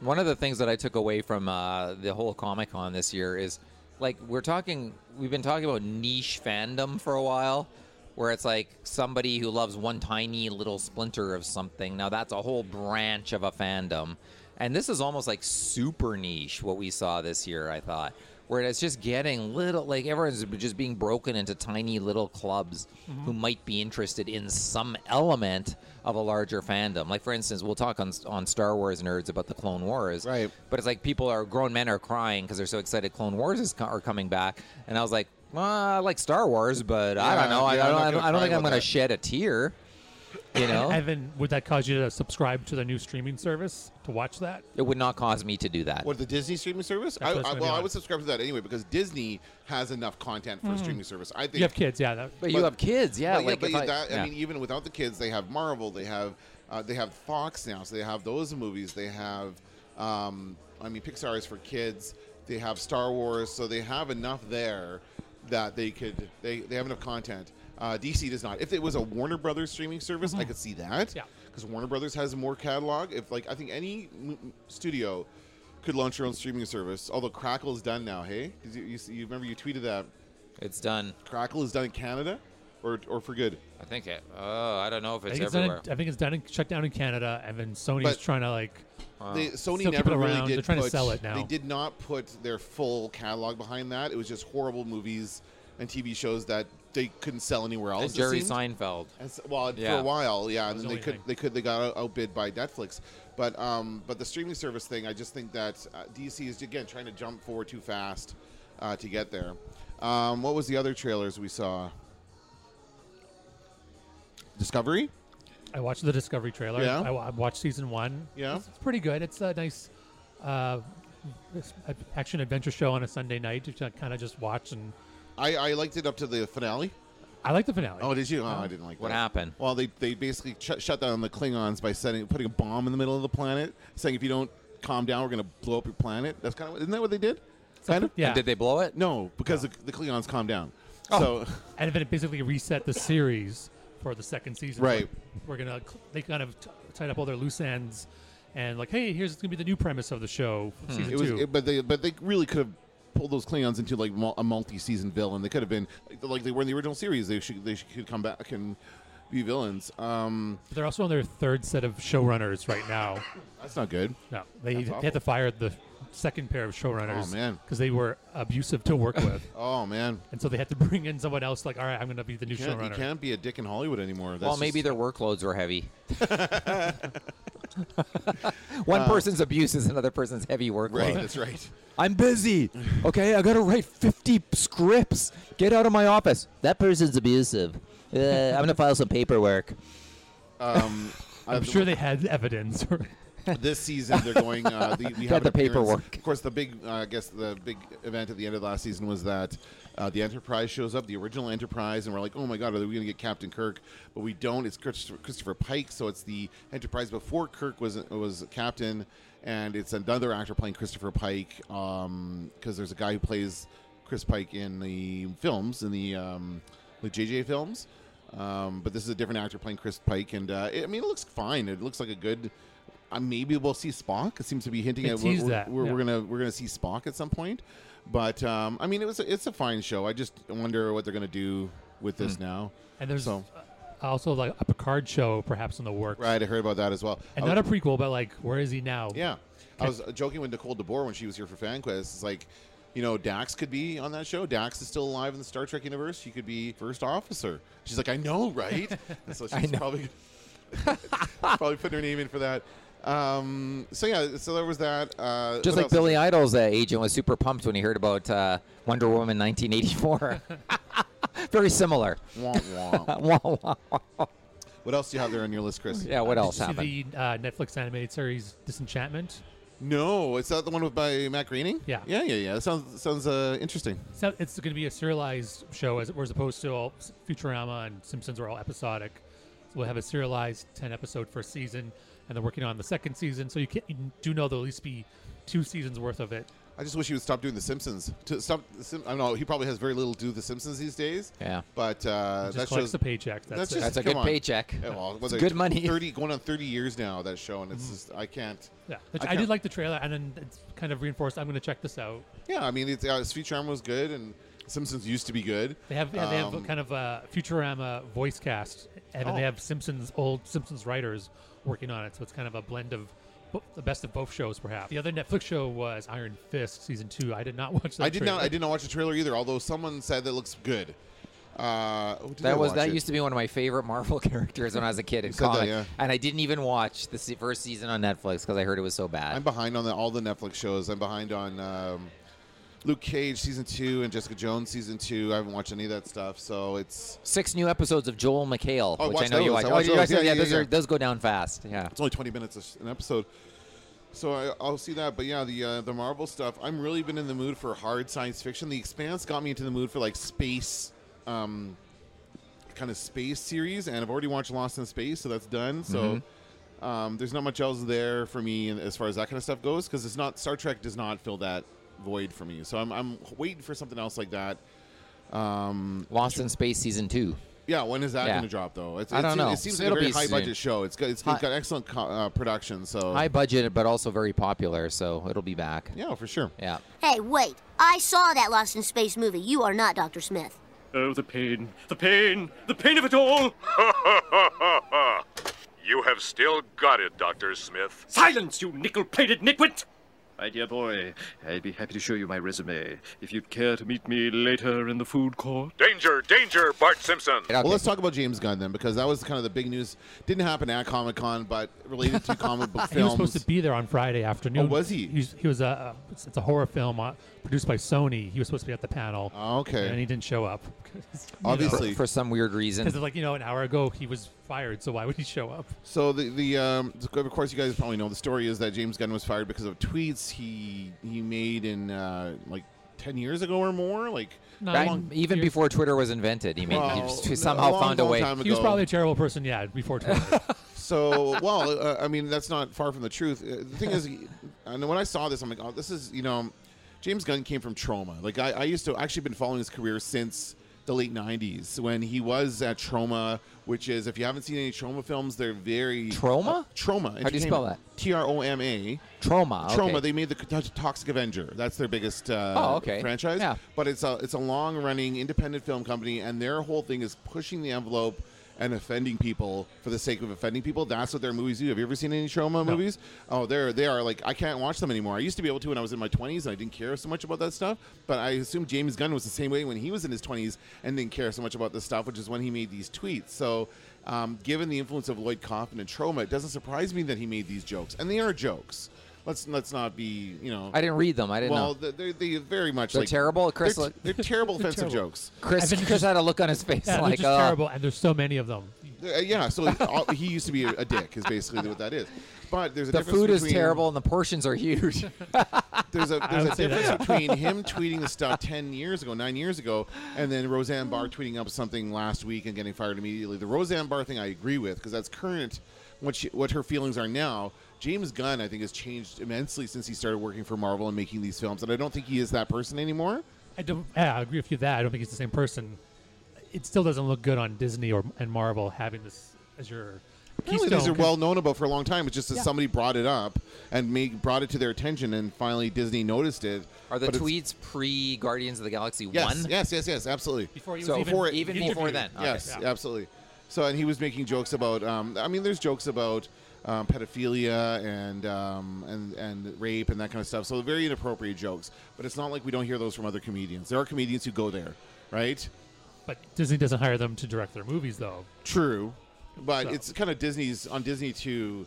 Speaker 2: One of the things that I took away from uh, the whole Comic Con this year is like we're talking, we've been talking about niche fandom for a while, where it's like somebody who loves one tiny little splinter of something. Now that's a whole branch of a fandom. And this is almost like super niche what we saw this year, I thought, where it's just getting little, like everyone's just being broken into tiny little clubs
Speaker 1: Mm-hmm.
Speaker 2: who might be interested in some element of a larger fandom. Like, for instance, we'll talk on, on Star Wars nerds about the Clone Wars.
Speaker 1: Right.
Speaker 2: But it's like people are, grown men are crying because they're so excited Clone Wars is co- are coming back. And I was like, well, I like Star Wars, but I
Speaker 1: Yeah,
Speaker 2: don't know. I-
Speaker 1: yeah,
Speaker 2: I,
Speaker 1: I'm
Speaker 2: don't,
Speaker 1: not
Speaker 2: I don't,
Speaker 1: gonna
Speaker 2: I don't
Speaker 1: cry
Speaker 2: think I'm
Speaker 1: about
Speaker 2: going to
Speaker 1: that.
Speaker 2: shed a tear. You know?
Speaker 3: Evan, would that cause you to subscribe to the new streaming service to watch that?
Speaker 2: it would not cause me to do that.
Speaker 1: What the Disney streaming service? I,
Speaker 3: what it's
Speaker 1: I,
Speaker 3: gonna
Speaker 1: well,
Speaker 3: be
Speaker 1: I
Speaker 3: on.
Speaker 1: would subscribe to that anyway because Disney has enough content for a streaming service. I think.
Speaker 3: Mm-hmm. You have kids, yeah. That,
Speaker 2: But, you
Speaker 1: But-
Speaker 2: have kids, yeah.
Speaker 1: Well, yeah,
Speaker 2: like
Speaker 1: but
Speaker 2: if
Speaker 1: yeah,
Speaker 2: I,
Speaker 1: that,
Speaker 2: yeah.
Speaker 1: I mean, even without the kids, they have Marvel. They have uh, they have Fox now, so they have those movies. They have, um, I mean, Pixar is for kids. They have Star Wars, so they have enough there that they could they, they have enough content. Uh, DC does not. If it was a Warner Brothers streaming service,
Speaker 2: Mm-hmm.
Speaker 1: I could see that.
Speaker 3: Yeah.
Speaker 1: Because Warner Brothers has more catalog. If like I think any m- m- studio could launch their own streaming service. Although Crackle is done now. Hey, 'Cause you, you, s- you remember you tweeted that
Speaker 2: It's done.
Speaker 1: Crackle is done in Canada, or or for good.
Speaker 2: I think it. Oh, I don't know if
Speaker 3: I
Speaker 2: it's
Speaker 3: think it's, done in,
Speaker 2: everywhere.
Speaker 3: I think it's done and shut down in Canada, and then Sony's
Speaker 1: But-
Speaker 3: trying to like.
Speaker 1: They, Sony
Speaker 3: Still keep
Speaker 1: never
Speaker 3: it
Speaker 1: really
Speaker 3: around.
Speaker 1: did.
Speaker 3: They're trying to
Speaker 1: put-
Speaker 3: sell it now.
Speaker 1: They did not put their full catalog behind that. It was just horrible movies and TV shows that they couldn't sell anywhere else.
Speaker 2: And
Speaker 1: it
Speaker 2: Oh, Jerry
Speaker 1: seemed.
Speaker 2: Seinfeld.
Speaker 1: And so, well, for
Speaker 2: Yeah.
Speaker 1: a while, yeah, and
Speaker 3: was
Speaker 1: then they
Speaker 3: the only
Speaker 1: could
Speaker 3: thing.
Speaker 1: they could they got out- outbid by Netflix, but um, but the streaming service thing, I just think that uh, DC is again trying to jump forward too fast uh, to get there. Um, what was the other trailers we saw? Discovery.
Speaker 3: I watched the Discovery trailer.
Speaker 1: Yeah.
Speaker 3: I, wa- I watched season one.
Speaker 1: Yeah.
Speaker 3: It's, it's pretty good. It's a nice uh, action adventure show on a Sunday night to kind of just watch. And
Speaker 1: I, I liked it up to the finale.
Speaker 3: I like the finale.
Speaker 1: Oh, did you? Oh, I didn't like
Speaker 2: What
Speaker 1: that.
Speaker 2: happened?
Speaker 1: Well, they, they basically ch- shut down the Klingons by setting putting a bomb in the middle of the planet, saying if you don't calm down, we're going to blow up your planet. That's kind of isn't that what they did? Kind of.
Speaker 3: yeah. Oh,
Speaker 2: And did they blow it?
Speaker 1: No, because The, the Klingons calmed down. So
Speaker 3: and then it basically reset the series for the second season.
Speaker 1: Right.
Speaker 3: We're gonna cl- they kind of t- tied up all their loose ends, and like, hey, here's gonna be the new premise of the show
Speaker 2: Hmm.
Speaker 3: for season
Speaker 1: it was,
Speaker 3: two.
Speaker 1: it- but they but they really could have pulled those Klingons into like mul- a multi-season villain. They could have been like, like they were in the original series. They should they should, could come back and be villains. Um,
Speaker 3: But they're also on their third set of showrunners right now.
Speaker 1: that's not good.
Speaker 3: No, they,
Speaker 1: That's
Speaker 3: they
Speaker 1: awful.
Speaker 3: had to fire the second pair of showrunners.
Speaker 1: Oh, man.
Speaker 3: because they were abusive to work with,
Speaker 1: Oh man,
Speaker 3: and so they had to bring in someone else. Like, all right, I'm gonna be the new
Speaker 1: you can't, you
Speaker 3: showrunner.
Speaker 1: can't be a dick in Hollywood anymore. That's
Speaker 2: well, maybe
Speaker 1: just- Uh,
Speaker 2: their workloads were heavy. One person's abuse is another person's heavy workload.
Speaker 1: right. That's right.
Speaker 2: I'm busy. Okay, I gotta write 50 scripts. Get out of my office. That person's abusive. Uh, I'm gonna file some paperwork.
Speaker 1: Um,
Speaker 3: I'm sure they had evidence.
Speaker 1: this season they're going. Uh, the, we have an
Speaker 2: the
Speaker 1: appearance-
Speaker 2: paperwork.
Speaker 1: Of course, the big. Uh, I guess the big event at the end of last season was that uh, the Enterprise shows up, the original Enterprise, and we're like, oh my god, are we going to get Captain Kirk? But we don't. It's Christopher, Christopher Pike, so it's the Enterprise before Kirk was was captain, and it's another actor playing Christopher Pike because there's a guy who plays Chris Pike in the films in the um, the JJ films. Um, but this is a different actor playing Chris Pike, and uh, it, I mean, it looks fine. It looks like a good. Uh, maybe we'll see Spock. It seems to be hinting
Speaker 3: They
Speaker 1: at we're,
Speaker 3: teased
Speaker 1: we're,
Speaker 3: that,
Speaker 1: we're,
Speaker 3: yeah.
Speaker 1: we're gonna we're gonna see Spock at some point. But um, I mean, it was a, it's a fine show. I just wonder what they're gonna do with this now.
Speaker 3: and there's
Speaker 1: So-
Speaker 3: uh, also like a Picard show, perhaps in the works.
Speaker 1: Right, I heard about that as well.
Speaker 3: And
Speaker 1: I
Speaker 3: not
Speaker 1: was-
Speaker 3: a prequel, but like, where is he now?
Speaker 1: yeah, I was joking with Nicole DeBoer when she was here for FanQuest. It's like. You know, Dax could be on that show. Dax is still alive in the Star Trek universe. She could be first officer. She's like, I know, right? And so she's probably probably putting her name in for that. Um, so yeah, so there was that. Uh,
Speaker 2: Just
Speaker 1: what
Speaker 2: like
Speaker 1: else?
Speaker 2: Billy Idol's uh, agent was super pumped when he heard about uh, Wonder Woman 1984. Very similar.
Speaker 1: Wah, wah.
Speaker 2: Wah, wah.
Speaker 1: What else do you have there on your list, Chris?
Speaker 2: yeah, what
Speaker 3: Did
Speaker 2: else
Speaker 3: you
Speaker 2: happened?
Speaker 3: See the uh, Netflix animated series Disenchantment.
Speaker 1: No, it's not the one with by Matt Groening.
Speaker 3: Yeah.
Speaker 1: yeah, yeah, yeah. That sounds sounds uh, interesting.
Speaker 3: So it's going to be a serialized show as, as opposed to all S- Futurama and Simpsons were all episodic. So we'll have a serialized 10 episode first season, and they're working on the second season. So you, can, you do know there'll at least be two seasons worth of it.
Speaker 1: I just wish he would stop doing The Simpsons. To stop, the Sim- I don't know. He probably has very little to do with The Simpsons these days.
Speaker 2: Yeah.
Speaker 1: but uh,
Speaker 3: Just
Speaker 1: that
Speaker 3: collects
Speaker 1: shows
Speaker 3: the paycheck. That's,
Speaker 1: that's
Speaker 3: it.
Speaker 1: just
Speaker 2: That's a
Speaker 1: come
Speaker 2: good
Speaker 1: on.
Speaker 2: paycheck.
Speaker 1: Yeah, well,
Speaker 2: It's
Speaker 1: whether
Speaker 2: good money.
Speaker 1: Thirty going on thirty years now that show, and it's
Speaker 3: Mm-hmm.
Speaker 1: just I can't.
Speaker 3: yeah. Which
Speaker 1: I
Speaker 3: I,
Speaker 1: can't-
Speaker 3: did like the trailer, and then it's kind of reinforced. I'm going to check this out.
Speaker 1: Yeah, I mean, it's, uh, his Futurama was good, and Simpsons used to be good.
Speaker 3: They have yeah, they have
Speaker 1: Um,
Speaker 3: kind of a Futurama voice cast, and then they
Speaker 1: Oh.
Speaker 3: have Simpsons old Simpsons writers working on it. So it's kind of a blend of bo- the best of both shows, perhaps. The other Netflix show was Iron Fist season two. I did not watch that.
Speaker 1: I did not.
Speaker 3: trailer.
Speaker 1: I did not watch the trailer either. Although someone said that looks good. Uh, who did I
Speaker 2: That was
Speaker 1: watch
Speaker 2: that
Speaker 1: it?
Speaker 2: used to be one of my favorite Marvel characters when I was a kid in
Speaker 1: said that,
Speaker 2: comic,
Speaker 1: yeah.
Speaker 2: and I didn't even watch the se- first season on Netflix because I heard it was so bad.
Speaker 1: I'm behind on the, all the Netflix shows. I'm behind on um, Luke Cage season two and Jessica Jones season two. I haven't watched any of that stuff, so it's
Speaker 2: Six new episodes of Joel McHale,
Speaker 1: Oh, I
Speaker 2: which I
Speaker 1: watched
Speaker 2: know you
Speaker 1: those.
Speaker 2: like.
Speaker 1: I
Speaker 2: Oh,
Speaker 1: watched
Speaker 2: you
Speaker 1: those.
Speaker 2: actually-
Speaker 1: Yeah,
Speaker 2: yeah,
Speaker 1: yeah,
Speaker 2: those,
Speaker 1: yeah.
Speaker 2: Are, those go down fast. Yeah.
Speaker 1: it's only 20 minutes a s- an episode. So I, I'll see that, but yeah, the uh, the Marvel stuff. I'm really been in the mood for hard science fiction. The Expanse got me into the mood for like space, um, kind of space series, and I've already watched Lost in Space, so that's done. So
Speaker 2: Mm-hmm.
Speaker 1: um, there's not much else there for me in- as far as that kind of stuff goes, because it's not Star Trek does not fill that void for me. So I'm I'm waiting for something else like that. Um,
Speaker 2: Lost in Space season two.
Speaker 1: Yeah, when is that
Speaker 2: Yeah.
Speaker 1: going to drop though? It's,
Speaker 2: I
Speaker 1: it's-
Speaker 2: don't know.
Speaker 1: It seems like
Speaker 2: It'll
Speaker 1: a very
Speaker 2: be
Speaker 1: high budget
Speaker 2: soon.
Speaker 1: show. It's got, it's,
Speaker 2: Hi-
Speaker 1: it's got excellent co- uh, production. So
Speaker 2: High budget, but also very popular, so it'll be back.
Speaker 1: yeah, for sure.
Speaker 2: Yeah.
Speaker 11: Hey, wait. I saw that Lost in Space movie. You are not Dr. Smith.
Speaker 12: Oh, the pain, the pain, the pain of it all!
Speaker 13: you have still got it, Dr. Smith.
Speaker 12: Silence, you nickel plated nitwit!
Speaker 13: My dear boy, I'd be happy to
Speaker 12: Show you my resume if you'd care to meet me later in the food court.
Speaker 13: Danger, danger, Bart Simpson.
Speaker 1: Well, let's talk about James Gunn then, because that was kind of the big news. Didn't happen at Comic Con, but related to comic book films.
Speaker 3: He was supposed to be there on Friday afternoon.
Speaker 1: Oh, was he?
Speaker 3: He was, he was a it's, it's a horror film uh, produced by Sony. He was supposed to be at the panel.
Speaker 1: Oh, okay.
Speaker 3: And he didn't show up. 'Cause, you know,
Speaker 1: Obviously.
Speaker 2: For, for some weird reason.
Speaker 3: Because like you know, an hour ago he was fired, so why would he show up?
Speaker 1: So the the um, of course you guys probably know the story is that James Gunn was fired because of tweets he he made in uh, like ten years ago or more. Like
Speaker 3: No,
Speaker 1: how
Speaker 3: I-
Speaker 1: long-
Speaker 2: Even before Twitter was invented, he, made, he
Speaker 1: Well,
Speaker 2: just
Speaker 1: no,
Speaker 2: somehow
Speaker 1: a long,
Speaker 2: found a
Speaker 1: long
Speaker 2: way.
Speaker 1: time
Speaker 3: He was
Speaker 1: ago.
Speaker 3: probably a terrible person, yeah, before Twitter.
Speaker 1: So, well, uh, I mean, that's not far from the truth. Uh, the thing is, and when I saw this, I'm like, oh, this is, you know, James Gunn came from Trauma. Like, I, I used to actually been following his career since the late 90s when he was at Trauma, which is, if you haven't seen any Trauma films, they're very. uh,
Speaker 2: Trauma?
Speaker 1: Trauma.
Speaker 2: How do you spell that?
Speaker 1: T R O M A.
Speaker 2: Trauma. okay.
Speaker 1: Trauma. They made the co- Toxic Avenger. That's their biggest uh,
Speaker 2: Oh, okay.
Speaker 1: franchise.
Speaker 2: Yeah.
Speaker 1: But it's a it's a long running independent film company, and their whole thing is pushing the envelope and offending people for the sake of offending people. That's what their movies do. Have you ever seen any trauma movies? Oh, they're they are like I can't watch them anymore. I used to be able to when I was in my twenties, and I didn't care so much about that stuff. But I assume James Gunn was the same way when he was in his twenties and didn't care so much about this stuff, which is when he made these tweets. So. Um, given the influence of Lloyd Kaufman and trauma, it doesn't surprise me that he made these jokes, and they are jokes. Let's let's not be you know.
Speaker 2: I didn't read them. I didn't
Speaker 1: well,
Speaker 2: know.
Speaker 1: they- they they very much
Speaker 2: They're
Speaker 1: like
Speaker 2: terrible, Chris,
Speaker 1: They're,
Speaker 2: like-
Speaker 1: they're terrible offensive
Speaker 3: terrible.
Speaker 1: jokes.
Speaker 2: Chris,
Speaker 3: I've been
Speaker 2: Chris
Speaker 3: just-
Speaker 2: had a look on his face
Speaker 3: yeah, they're
Speaker 2: like,
Speaker 3: just
Speaker 2: uh,
Speaker 3: terrible, and there's so many of them.
Speaker 1: Uh, yeah, so uh, he used to be a, a dick is basically what that is. But there's a
Speaker 2: the
Speaker 1: difference
Speaker 2: food is
Speaker 1: between-
Speaker 2: terrible and the portions are huge.
Speaker 1: There's a there's a
Speaker 3: would say that,
Speaker 1: difference between him tweeting this stuff ten years ago, nine years ago, and then Roseanne Barr tweeting up something last week and getting fired immediately. The Roseanne Barr thing I agree with because that's current. What she, what her feelings are now. James Gunn I think has changed immensely since he started working for Marvel and making these films, and I don't think he is that person anymore.
Speaker 3: I don't. Yeah, I agree with you that I don't think he's the same person. It still doesn't look good on Disney or and Marvel having this as your.
Speaker 1: Apparently
Speaker 3: keystone,
Speaker 1: these are
Speaker 3: 'cause-
Speaker 1: well known about for a long time. It's just that
Speaker 3: Yeah.
Speaker 1: somebody brought it up and made, brought it to their attention, and finally Disney noticed it.
Speaker 2: Are the
Speaker 1: But it's-
Speaker 2: tweets pre Guardians of the Galaxy
Speaker 1: Yes,
Speaker 2: 1?
Speaker 1: yes, yes, yes, absolutely.
Speaker 3: Before he was
Speaker 2: So
Speaker 3: even,
Speaker 1: before it-
Speaker 2: even
Speaker 3: interviewed.
Speaker 2: before then. Okay.
Speaker 1: Yes,
Speaker 3: Yeah.
Speaker 1: absolutely. So, and he was making jokes about. Um, I mean, there's jokes about um, pedophilia and um, and and rape and that kind of stuff. So very inappropriate jokes. But it's not like we don't hear those from other comedians. There are comedians who go there, right?
Speaker 3: But Disney doesn't hire them to direct their movies, though.
Speaker 1: True, but
Speaker 3: So-
Speaker 1: it's kind of Disney's on Disney to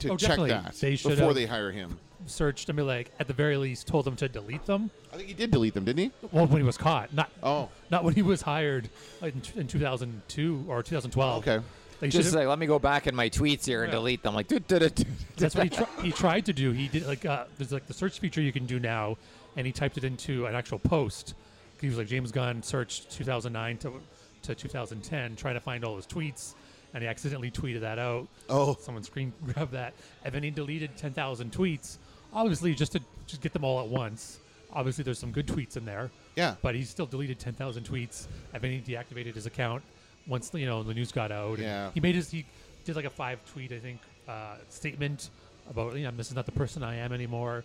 Speaker 1: to
Speaker 3: Oh,
Speaker 1: check
Speaker 3: definitely.
Speaker 1: that
Speaker 3: They should
Speaker 1: before
Speaker 3: have-
Speaker 1: they hire him.
Speaker 3: Searched. I mean, like at the very least, told them to delete them.
Speaker 1: I think he did delete them, didn't he?
Speaker 3: Well, when he was caught, not
Speaker 1: Oh.
Speaker 3: not when he was hired like, in, t- in 2002 or 2012.
Speaker 1: Okay.
Speaker 3: They
Speaker 2: Just
Speaker 1: Mm-hmm.
Speaker 3: should've-
Speaker 2: like, let me go back in my tweets here and
Speaker 3: Yeah.
Speaker 2: delete them. Like, duh, duh, duh, duh.
Speaker 3: That's what he, tr- he tried to do. He did like uh, there's like the search feature you can do now, and he typed it into an actual post. He was like James Gunn searched 2009 to to 2010, trying to find all his tweets, and he accidentally tweeted that out.
Speaker 1: Oh.
Speaker 3: someone screen grabbed that, and then he deleted 10,000 tweets. Obviously, just to just get them all at once. Obviously, there's some good tweets in there.
Speaker 1: Yeah.
Speaker 3: but he still deleted 10,000 tweets. And then he deactivated his account once you know the news got out. and
Speaker 1: Yeah.
Speaker 3: he made his he did like a five tweet I think uh, statement about you know this is not the person I am anymore.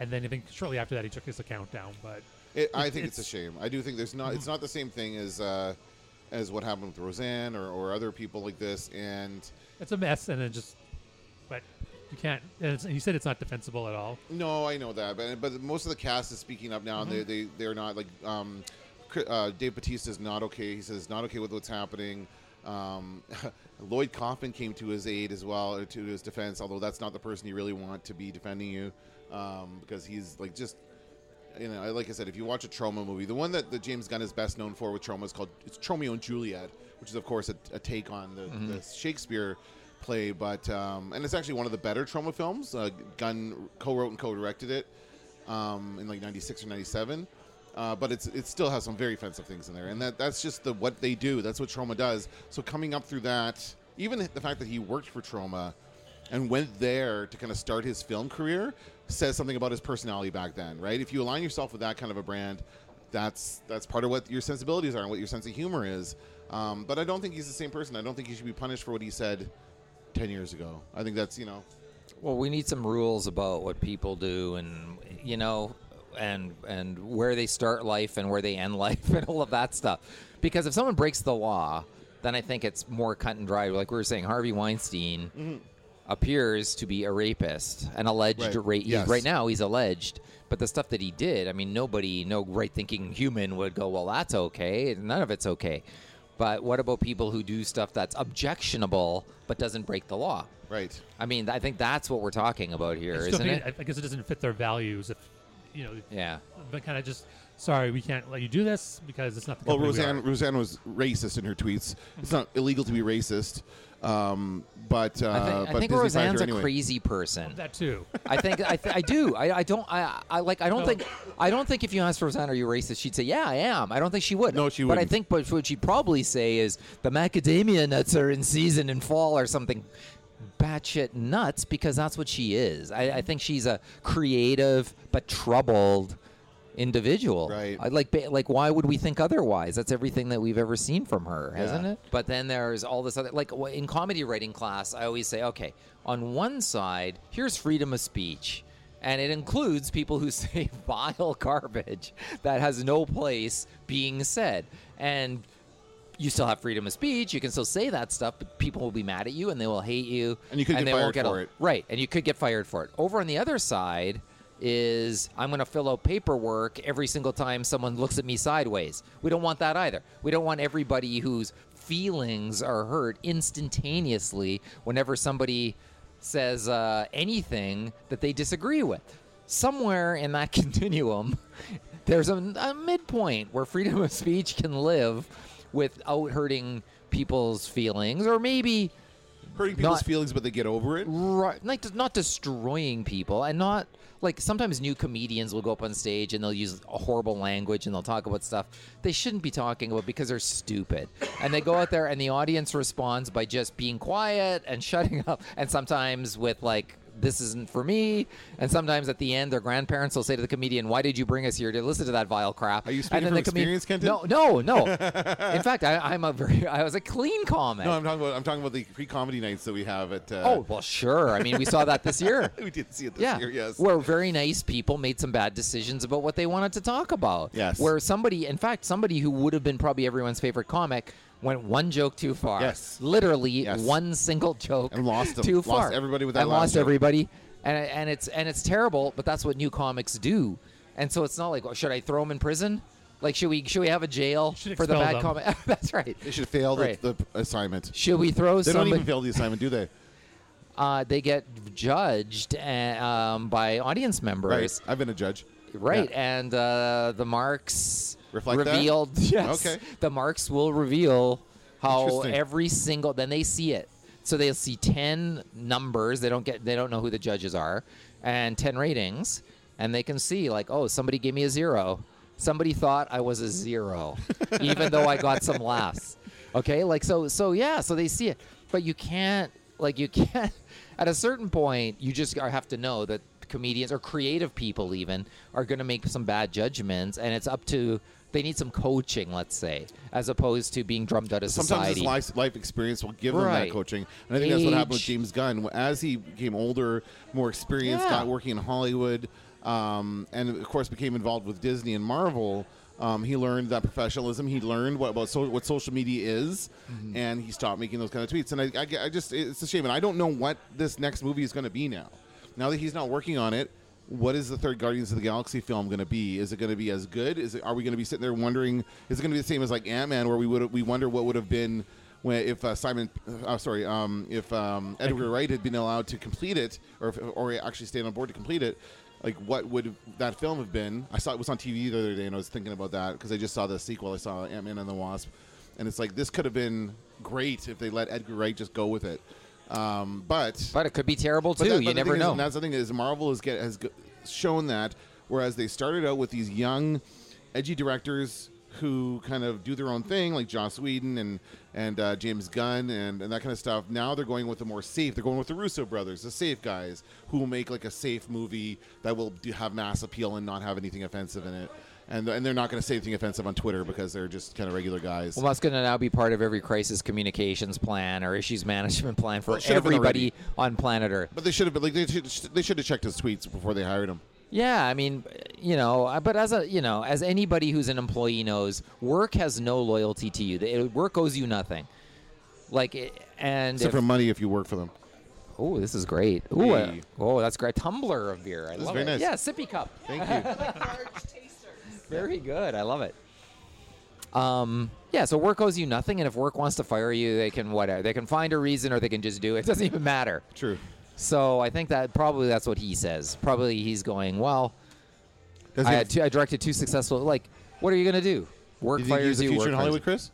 Speaker 3: And then I think shortly after that he took his account down. But
Speaker 1: It, I think it's,
Speaker 3: it's-
Speaker 1: a shame. I do think there's not. It's not the same thing as uh, as what happened with Roseanne or, or other people like this. And
Speaker 3: it's a mess, and it just but you can't. And it's, he said it's not defensible at all.
Speaker 1: no, I know that, but but most of the cast is speaking up now, and they they they're not like um, Cri- uh, Dave Batista is not okay. He says not okay with what's happening. Um, Lloyd Kaufman came to his aid as well, or to his defense. Although that's not the person you really want to be defending you, um, because he's like just you know, like I said, if you watch a trauma movie, the one that the James Gunn is best known for with trauma is called it's Tromeo and Juliet, which is of course a, a take on the, the Shakespeare play, but um, and it's actually one of the better trauma films. Uh, Gunn co-wrote and co-directed it um, in like '96 or '97. Uh, but it's it still has some very offensive things in there, and that that's just the what they do. That's what trauma does. So coming up through that, even the fact that he worked for trauma, and went there to kind of start his film career says something about his personality back then, right? If you align yourself with that kind of a brand, that's that's part of what your sensibilities are and what your sense of humor is. Um, but I don't think he's the same person. I don't think he should be punished for what he said 10 years ago. I think that's, you know,
Speaker 2: Well, we need some rules about what people do, and you know, and and where they start life and where they end life, and all of that stuff. Because if someone breaks the law, then I think it's more cut and dry. Like we were saying, Harvey Weinstein appears to be a rapist, an alleged
Speaker 1: Mm-hmm. Right.
Speaker 2: rapist.
Speaker 1: Yes.
Speaker 2: Right now, he's alleged, but the stuff that he did, I mean, nobody, no right-thinking human would go, "Well, that's okay." None of it's okay. But what about people who do stuff that's objectionable but doesn't break the law?
Speaker 1: Right.
Speaker 2: I mean, I think that's what we're talking about here,
Speaker 3: I
Speaker 2: isn't
Speaker 3: still think
Speaker 2: it?
Speaker 3: I- I guess it doesn't fit their values. If you know,
Speaker 2: Yeah.
Speaker 3: But kind of just sorry, we can't let you do this because it's not the
Speaker 1: Well,
Speaker 3: company we
Speaker 1: Roseanne
Speaker 3: are."
Speaker 1: Roseanne was racist in her tweets. It's not illegal to be racist, um, but uh,
Speaker 2: I think,
Speaker 1: but
Speaker 2: I think
Speaker 1: Disney fined
Speaker 2: Roseanne's
Speaker 1: her
Speaker 2: a
Speaker 1: anyway.
Speaker 2: crazy person.
Speaker 3: That too.
Speaker 2: I think I, th- I do. I, I don't. I, I like. I don't
Speaker 3: No.
Speaker 2: think. I don't think if you asked Roseanne, "Are you racist?" She'd say, "Yeah, I am." I don't think she would. No, she But I
Speaker 1: wouldn't.
Speaker 2: think, but what she'd probably say is, "The macadamia nuts are in season in fall or something." Batshit nuts because that's what she is. I, I think she's a creative but troubled individual. Right. I, like, ba- like, why would we think otherwise? That's everything that we've ever seen from her, hasn't
Speaker 1: Yeah.
Speaker 2: it? But then there's all this other, like w- in comedy writing class, I always say, okay, on one side, here's freedom of speech. And it includes people who say vile garbage that has no place being said. And you still have freedom of speech. You can still say that stuff, but people will be mad at you and they will hate you.
Speaker 1: And you could get
Speaker 2: they won't
Speaker 1: fired
Speaker 2: get a-
Speaker 1: for it.
Speaker 2: Right. And you could get fired for it. Over on the other side is I'm going to fill out paperwork every single time someone looks at me sideways. We don't want that either. We don't want everybody whose feelings are hurt instantaneously whenever somebody says uh, anything that they disagree with. Somewhere in that continuum, there's a, a midpoint where freedom of speech can live without hurting people's feelings, or maybe
Speaker 1: hurting people's
Speaker 2: not-
Speaker 1: feelings, but they get over it.
Speaker 2: Right, like not destroying people, and not like sometimes new comedians will go up on stage and they'll use horrible language and they'll talk about stuff they shouldn't be talking about because they're stupid, and they go out there and the audience responds by just being quiet and shutting up, and sometimes with like this isn't for me, and sometimes at the end their grandparents will say to the comedian, "Why did you bring us here to listen to that vile crap?" Are you
Speaker 1: speaking from experience, Kenton?
Speaker 2: No, no, no. In fact, I, I'm a very I was a clean comment.
Speaker 1: No, I'm talking about I'm talking about the free comedy nights that we have at. Uh,
Speaker 2: Oh well, sure. I mean, we saw that this year.
Speaker 1: we did see it this
Speaker 2: yeah,
Speaker 1: year. Yes.
Speaker 2: where very nice people made some bad decisions about what they wanted to talk about.
Speaker 1: Yes.
Speaker 2: where somebody, in fact, somebody who would have been probably everyone's favorite comic, went one joke too far.
Speaker 1: Yes.
Speaker 2: literally
Speaker 1: Yes.
Speaker 2: one single joke
Speaker 1: And lost 'em.
Speaker 2: too
Speaker 1: Lost
Speaker 2: far.
Speaker 1: everybody with that
Speaker 2: and
Speaker 1: last
Speaker 2: lost
Speaker 1: joke.
Speaker 2: everybody, and and it's and it's terrible. But that's what new comics do. And so it's not like, well, should I throw them in prison? Like, should we should we have a jail
Speaker 1: should
Speaker 2: for the bad
Speaker 1: expel them.
Speaker 2: comic? that's right.
Speaker 1: They should fail the,
Speaker 2: Right.
Speaker 1: the assignment.
Speaker 2: Should we throw
Speaker 1: They
Speaker 2: somebody-
Speaker 1: don't even fail the assignment, do they?
Speaker 2: uh, they get judged uh, um, by audience members.
Speaker 1: Right. I've been a judge.
Speaker 2: Right, and uh, the marks
Speaker 1: Reflect that?
Speaker 2: revealed. Yes,
Speaker 1: Okay.
Speaker 2: the marks will reveal how
Speaker 1: Interesting.
Speaker 2: every single. Then they see it, so they'll see ten numbers. They don't get. They don't know who the judges are, and ten ratings, and they can see like, oh, somebody gave me a zero. Somebody thought I was a zero, even though I got some laughs. Okay, like so. So yeah, so they see it, but you can't. Like you can't. At a certain point, you just are- have to know that comedians or creative people even are going to make some bad judgments and it's up to they need some coaching let's say as opposed to being drummed out of
Speaker 1: Sometimes
Speaker 2: society
Speaker 1: his life, life experience will give him
Speaker 2: Right.
Speaker 1: that coaching, and I think that's what happened with
Speaker 2: Age.
Speaker 1: James Gunn as he became older, more experienced,
Speaker 2: Yeah.
Speaker 1: got working in Hollywood, um, and of course became involved with Disney and Marvel. Um, he learned that professionalism. He learned what about so, what social media is,
Speaker 2: Mm-hmm.
Speaker 1: and he stopped making those kind of tweets. And I, I, I just it's a shame, and I don't know what this next movie is going to be now. Now that he's not working on it, what is the third Guardians of the Galaxy film going to be? Is it going to be as good? Is it, are we going to be sitting there wondering? Is it going to be the same as like Ant Man, where we would we wonder what would have been when if uh, Simon, uh, sorry, um, if um, Edgar Wright had been allowed to complete it, or if, or actually stayed on board to complete it, like what would that film have been? I saw it was on TV the other day, and I was thinking about that because I just saw the sequel. I saw Ant Man and the Wasp, and it's like this could have been great if they let Edgar Wright just go with it. Um, but
Speaker 2: but it could be terrible too
Speaker 1: that-
Speaker 2: you
Speaker 1: the
Speaker 2: never
Speaker 1: thing is-
Speaker 2: know
Speaker 1: and that's the thing is Marvel has get has g- shown that whereas they started out with these young, edgy directors who kind of do their own thing, like Joss Whedon and and uh, James Gunn and, and that kind of stuff. Now they're going with the more safe. They're going with the Russo brothers, the safe guys who will make like a safe movie that will do, have mass appeal and not have anything offensive in it. and and they're not going to say anything offensive on Twitter because they're just kind of regular guys.
Speaker 2: Well, that's going to now be part of every crisis communications plan or issues management plan for
Speaker 1: Well, it should have been
Speaker 2: everybody on planet Earth.
Speaker 1: but they should have been like they should they should have checked his tweets before they hired him.
Speaker 2: Yeah, I mean, you know, I- but as a you know, as anybody who's an employee knows, work has no loyalty to you. The- work owes you nothing. Like, it- and
Speaker 1: Except
Speaker 2: if-
Speaker 1: for money if you work for them.
Speaker 2: Oh, this is great. Ooh, uh, oh, that's great. Tumbler of beer. I
Speaker 1: This is
Speaker 2: love
Speaker 1: very
Speaker 2: it.
Speaker 1: nice.
Speaker 2: Yeah, sippy cup.
Speaker 1: Thank you.
Speaker 2: Very good. I love it. Um, yeah, so work owes you nothing, and if work wants to fire you, they can whatever. They can find a reason, or they can just do it. It doesn't even matter.
Speaker 1: True.
Speaker 2: So I think that probably that's what he says. Probably he's going well.
Speaker 1: Does
Speaker 2: I,
Speaker 1: he-
Speaker 2: had two, I directed two successful. Like, what are you gonna do? Work
Speaker 1: Do you think
Speaker 2: fires
Speaker 1: he's the
Speaker 2: you.
Speaker 1: future
Speaker 2: work
Speaker 1: in
Speaker 2: fires
Speaker 1: Hollywood,
Speaker 2: you.
Speaker 1: Chris?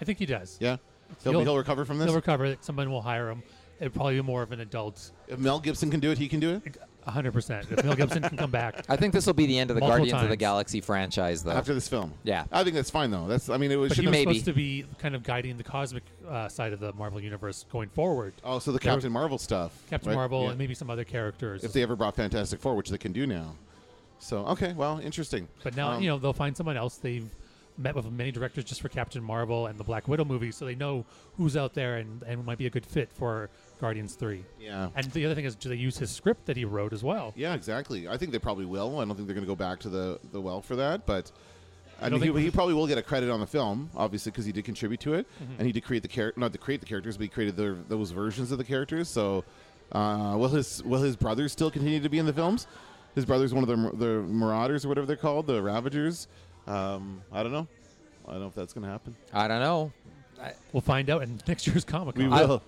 Speaker 3: I think he does.
Speaker 1: Yeah, he'll, he'll recover from this.
Speaker 3: He'll recover. Someone will hire him. It'd probably be more of an adult.
Speaker 1: If Mel Gibson can do it, he can do
Speaker 3: it. hundred percent. If Mel Gibson can come back,
Speaker 2: I think this will be the end of the
Speaker 3: Multiple
Speaker 2: Guardians of the
Speaker 3: times.
Speaker 2: Galaxy franchise, though.
Speaker 1: After this film.
Speaker 2: Yeah.
Speaker 1: I think that's fine though. That's I mean it was
Speaker 3: but he
Speaker 1: shouldn't
Speaker 3: was
Speaker 1: have-
Speaker 3: supposed to be kind of guiding the cosmic uh, side of the Marvel universe going forward.
Speaker 1: Oh, so the
Speaker 3: They were-
Speaker 1: Captain Marvel stuff.
Speaker 3: Captain
Speaker 1: right?
Speaker 3: Marvel,
Speaker 1: Yeah.
Speaker 3: and maybe some other characters.
Speaker 1: If they ever brought Fantastic Four, which they can do now. So okay, well, interesting.
Speaker 3: But now
Speaker 1: Um,
Speaker 3: you know they'll find someone else. They've met with many directors just for Captain Marvel and the Black Widow movie, so they know who's out there and and might be a good fit for Guardians Three.
Speaker 1: Yeah.
Speaker 3: And the other thing is, do they use his script that he wrote as well?
Speaker 1: Yeah, exactly. I think they probably will. I don't think they're going to go back to the, the well for that, but I
Speaker 3: I don't
Speaker 1: mean, he,
Speaker 3: think-
Speaker 1: he probably will get a credit on the film, obviously, because he did contribute to it,
Speaker 3: Mhm.
Speaker 1: and he did create the character, not to create the characters, but he created their, those versions of the characters. So, uh, will his will his brothers still continue to be in the films? His brother's one of the the Marauders or whatever they're called, the Ravagers. Um, I don't know. I don't know if that's going to happen.
Speaker 2: I don't know.
Speaker 3: We'll find out in next year's Comic Con.
Speaker 1: We will.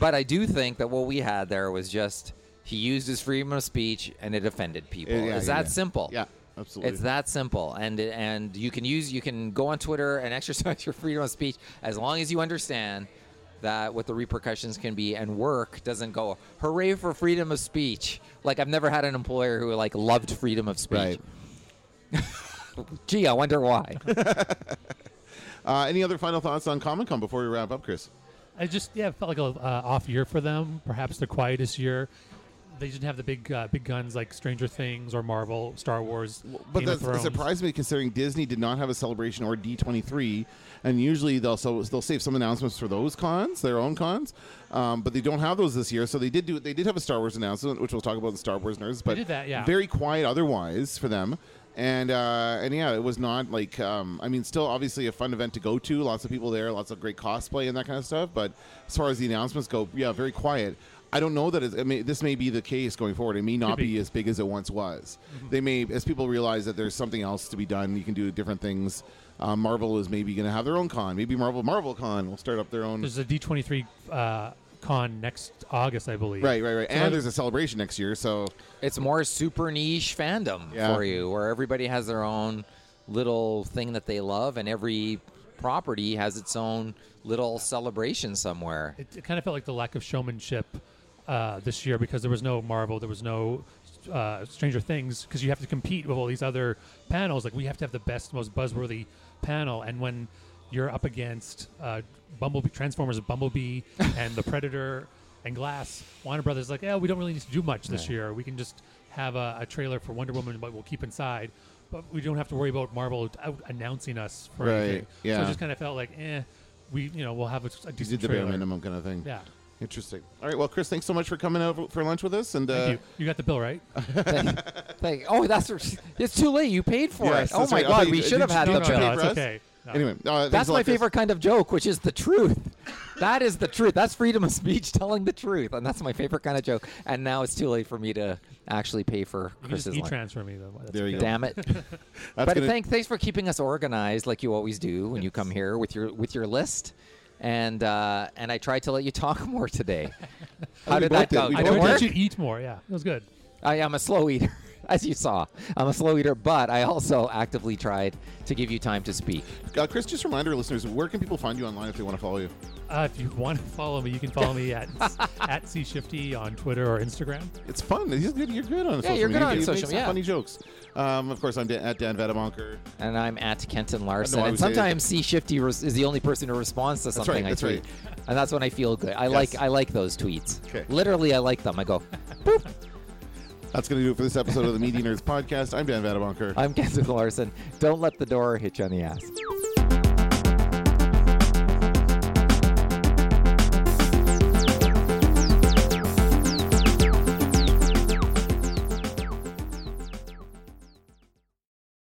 Speaker 2: But I do think that what we had there was just he used his freedom of speech and it offended people.
Speaker 1: Yeah, yeah,
Speaker 2: it's that
Speaker 1: yeah.
Speaker 2: simple.
Speaker 1: Yeah, absolutely.
Speaker 2: It's that simple. And and you can use you can go on Twitter and exercise your freedom of speech as long as you understand that what the repercussions can be and work doesn't go hooray for freedom of speech. Like I've never had an employer who like loved freedom of speech. Gee, I wonder why.
Speaker 1: Uh, any other final thoughts on Comic Con before we wrap up, Chris?
Speaker 3: I just yeah it felt like a uh, off year for them. Perhaps the quietest year. They didn't have the big uh, big guns like Stranger Things or Marvel, Star Wars,
Speaker 1: But
Speaker 3: Game of
Speaker 1: that
Speaker 3: Thrones.
Speaker 1: surprised me considering Disney did not have a celebration or D23, and usually they'll so they'll save some announcements for those cons, their own cons, um, but they don't have those this year. So they did do they did have a Star Wars announcement, which we'll talk about in Star Wars nerds, but
Speaker 3: did that, yeah.
Speaker 1: very quiet otherwise for them. And uh, and yeah, it was not like um, I mean, still obviously a fun event to go to. Lots of people there, lots of great cosplay and that kind of stuff. But as far as the announcements go, yeah, very quiet. I don't know that. It's, I mean, this may be the case going forward. It may not
Speaker 3: be. Mm-hmm.
Speaker 1: be as big as it once was. They may, as people realize that there's something else to be done, you can do different things. Uh, Marvel is maybe going to have their own con. Maybe Marvel Marvel Con will start up their own.
Speaker 3: There's a D twenty three con next August, I believe.
Speaker 1: Right, right, right.
Speaker 3: So
Speaker 1: And there's a celebration next year, so
Speaker 2: it's more super niche fandom
Speaker 1: Yeah.
Speaker 2: for you, where everybody has their own little thing that they love, and every property has its own little celebration somewhere.
Speaker 3: it, it kind of felt like the lack of showmanship uh, this year because there was no Marvel, there was no uh, Stranger Things, because you have to compete with all these other panels. Like we have to have the best, most buzzworthy panel, and when you're up against uh, Bumblebee, Transformers, Bumblebee, and the Predator and Glass, Warner Brothers, is like, yeah, we don't really need to do much this
Speaker 2: Right.
Speaker 3: year. We can just have a, a trailer for Wonder Woman, but we'll keep inside. But we don't have to worry about Marvel out announcing us for
Speaker 1: Right,
Speaker 3: anything. So
Speaker 1: yeah.
Speaker 3: it just kind of felt like, eh, we you know we'll have a, a
Speaker 1: you
Speaker 3: decent
Speaker 1: did the
Speaker 3: trailer.
Speaker 1: bare minimum kind of thing.
Speaker 3: Yeah.
Speaker 1: Interesting. All right. Well, Chris, thanks so much for coming over for lunch with us. And uh,
Speaker 3: Thank you. You got the bill right.
Speaker 2: Like, oh, that's it's too late. You paid for
Speaker 1: Yes,
Speaker 2: it. Oh
Speaker 1: that's
Speaker 2: my
Speaker 1: right. I
Speaker 2: God,
Speaker 1: thought
Speaker 2: we
Speaker 1: you-
Speaker 2: should
Speaker 1: did
Speaker 2: have
Speaker 1: you
Speaker 2: had
Speaker 1: pay
Speaker 2: the
Speaker 1: for
Speaker 2: bill.
Speaker 1: us? No, it's okay. No. Anyway, uh, thanks
Speaker 2: that's
Speaker 1: a lot,
Speaker 2: my
Speaker 1: Chris.
Speaker 2: favorite kind of joke, which is the truth. That is the truth. That's freedom of speech, telling the truth, and that's my favorite kind of joke. And now it's too late for me to actually pay for
Speaker 3: You can
Speaker 2: Chris's
Speaker 3: just
Speaker 2: lunch.
Speaker 3: e-transfer me though. That's
Speaker 1: There you
Speaker 3: okay.
Speaker 1: go.
Speaker 2: Damn it! but
Speaker 1: That's gonna-
Speaker 2: thank, thanks for keeping us organized, like you always do when you come here with your with your list. And uh, and I tried to let you talk more today. How
Speaker 3: We
Speaker 2: did
Speaker 3: both
Speaker 2: that
Speaker 3: did.
Speaker 2: go?
Speaker 3: We
Speaker 2: Did it
Speaker 3: both did.
Speaker 2: work?
Speaker 3: you eat more. Yeah, it was good.
Speaker 2: I am a slow eater, as you saw. I'm a slow eater, but I also actively tried to give you time to speak.
Speaker 1: uh, Chris, just remind our listeners where can people find you online if they want to follow you?
Speaker 3: Uh, if you want to follow me, you can follow me at at C Shifty on Twitter or Instagram.
Speaker 1: It's fun. You're good, you're good on
Speaker 2: Yeah,
Speaker 1: social
Speaker 2: you're good
Speaker 1: media.
Speaker 2: on
Speaker 1: You make
Speaker 2: social,
Speaker 1: some
Speaker 2: yeah.
Speaker 1: Funny jokes. Um, of course, I'm Dan- at Dan Vadabonker.
Speaker 2: And I'm at Kenton Larson.
Speaker 1: I
Speaker 2: And
Speaker 1: would say-
Speaker 2: sometimes C Shifty res- is the only person who responds to
Speaker 1: That's
Speaker 2: something
Speaker 1: right,
Speaker 2: I
Speaker 1: that's
Speaker 2: tweet, and that's when I feel good. I
Speaker 1: Yes.
Speaker 2: like I like those tweets.
Speaker 1: Okay.
Speaker 2: Literally, I like them. I go,
Speaker 1: That's going to do it for this episode of the Media Nerds Podcast. I'm Dan Vadabonker.
Speaker 2: I'm Kenton Larson. Don't let the door hit you on the ass.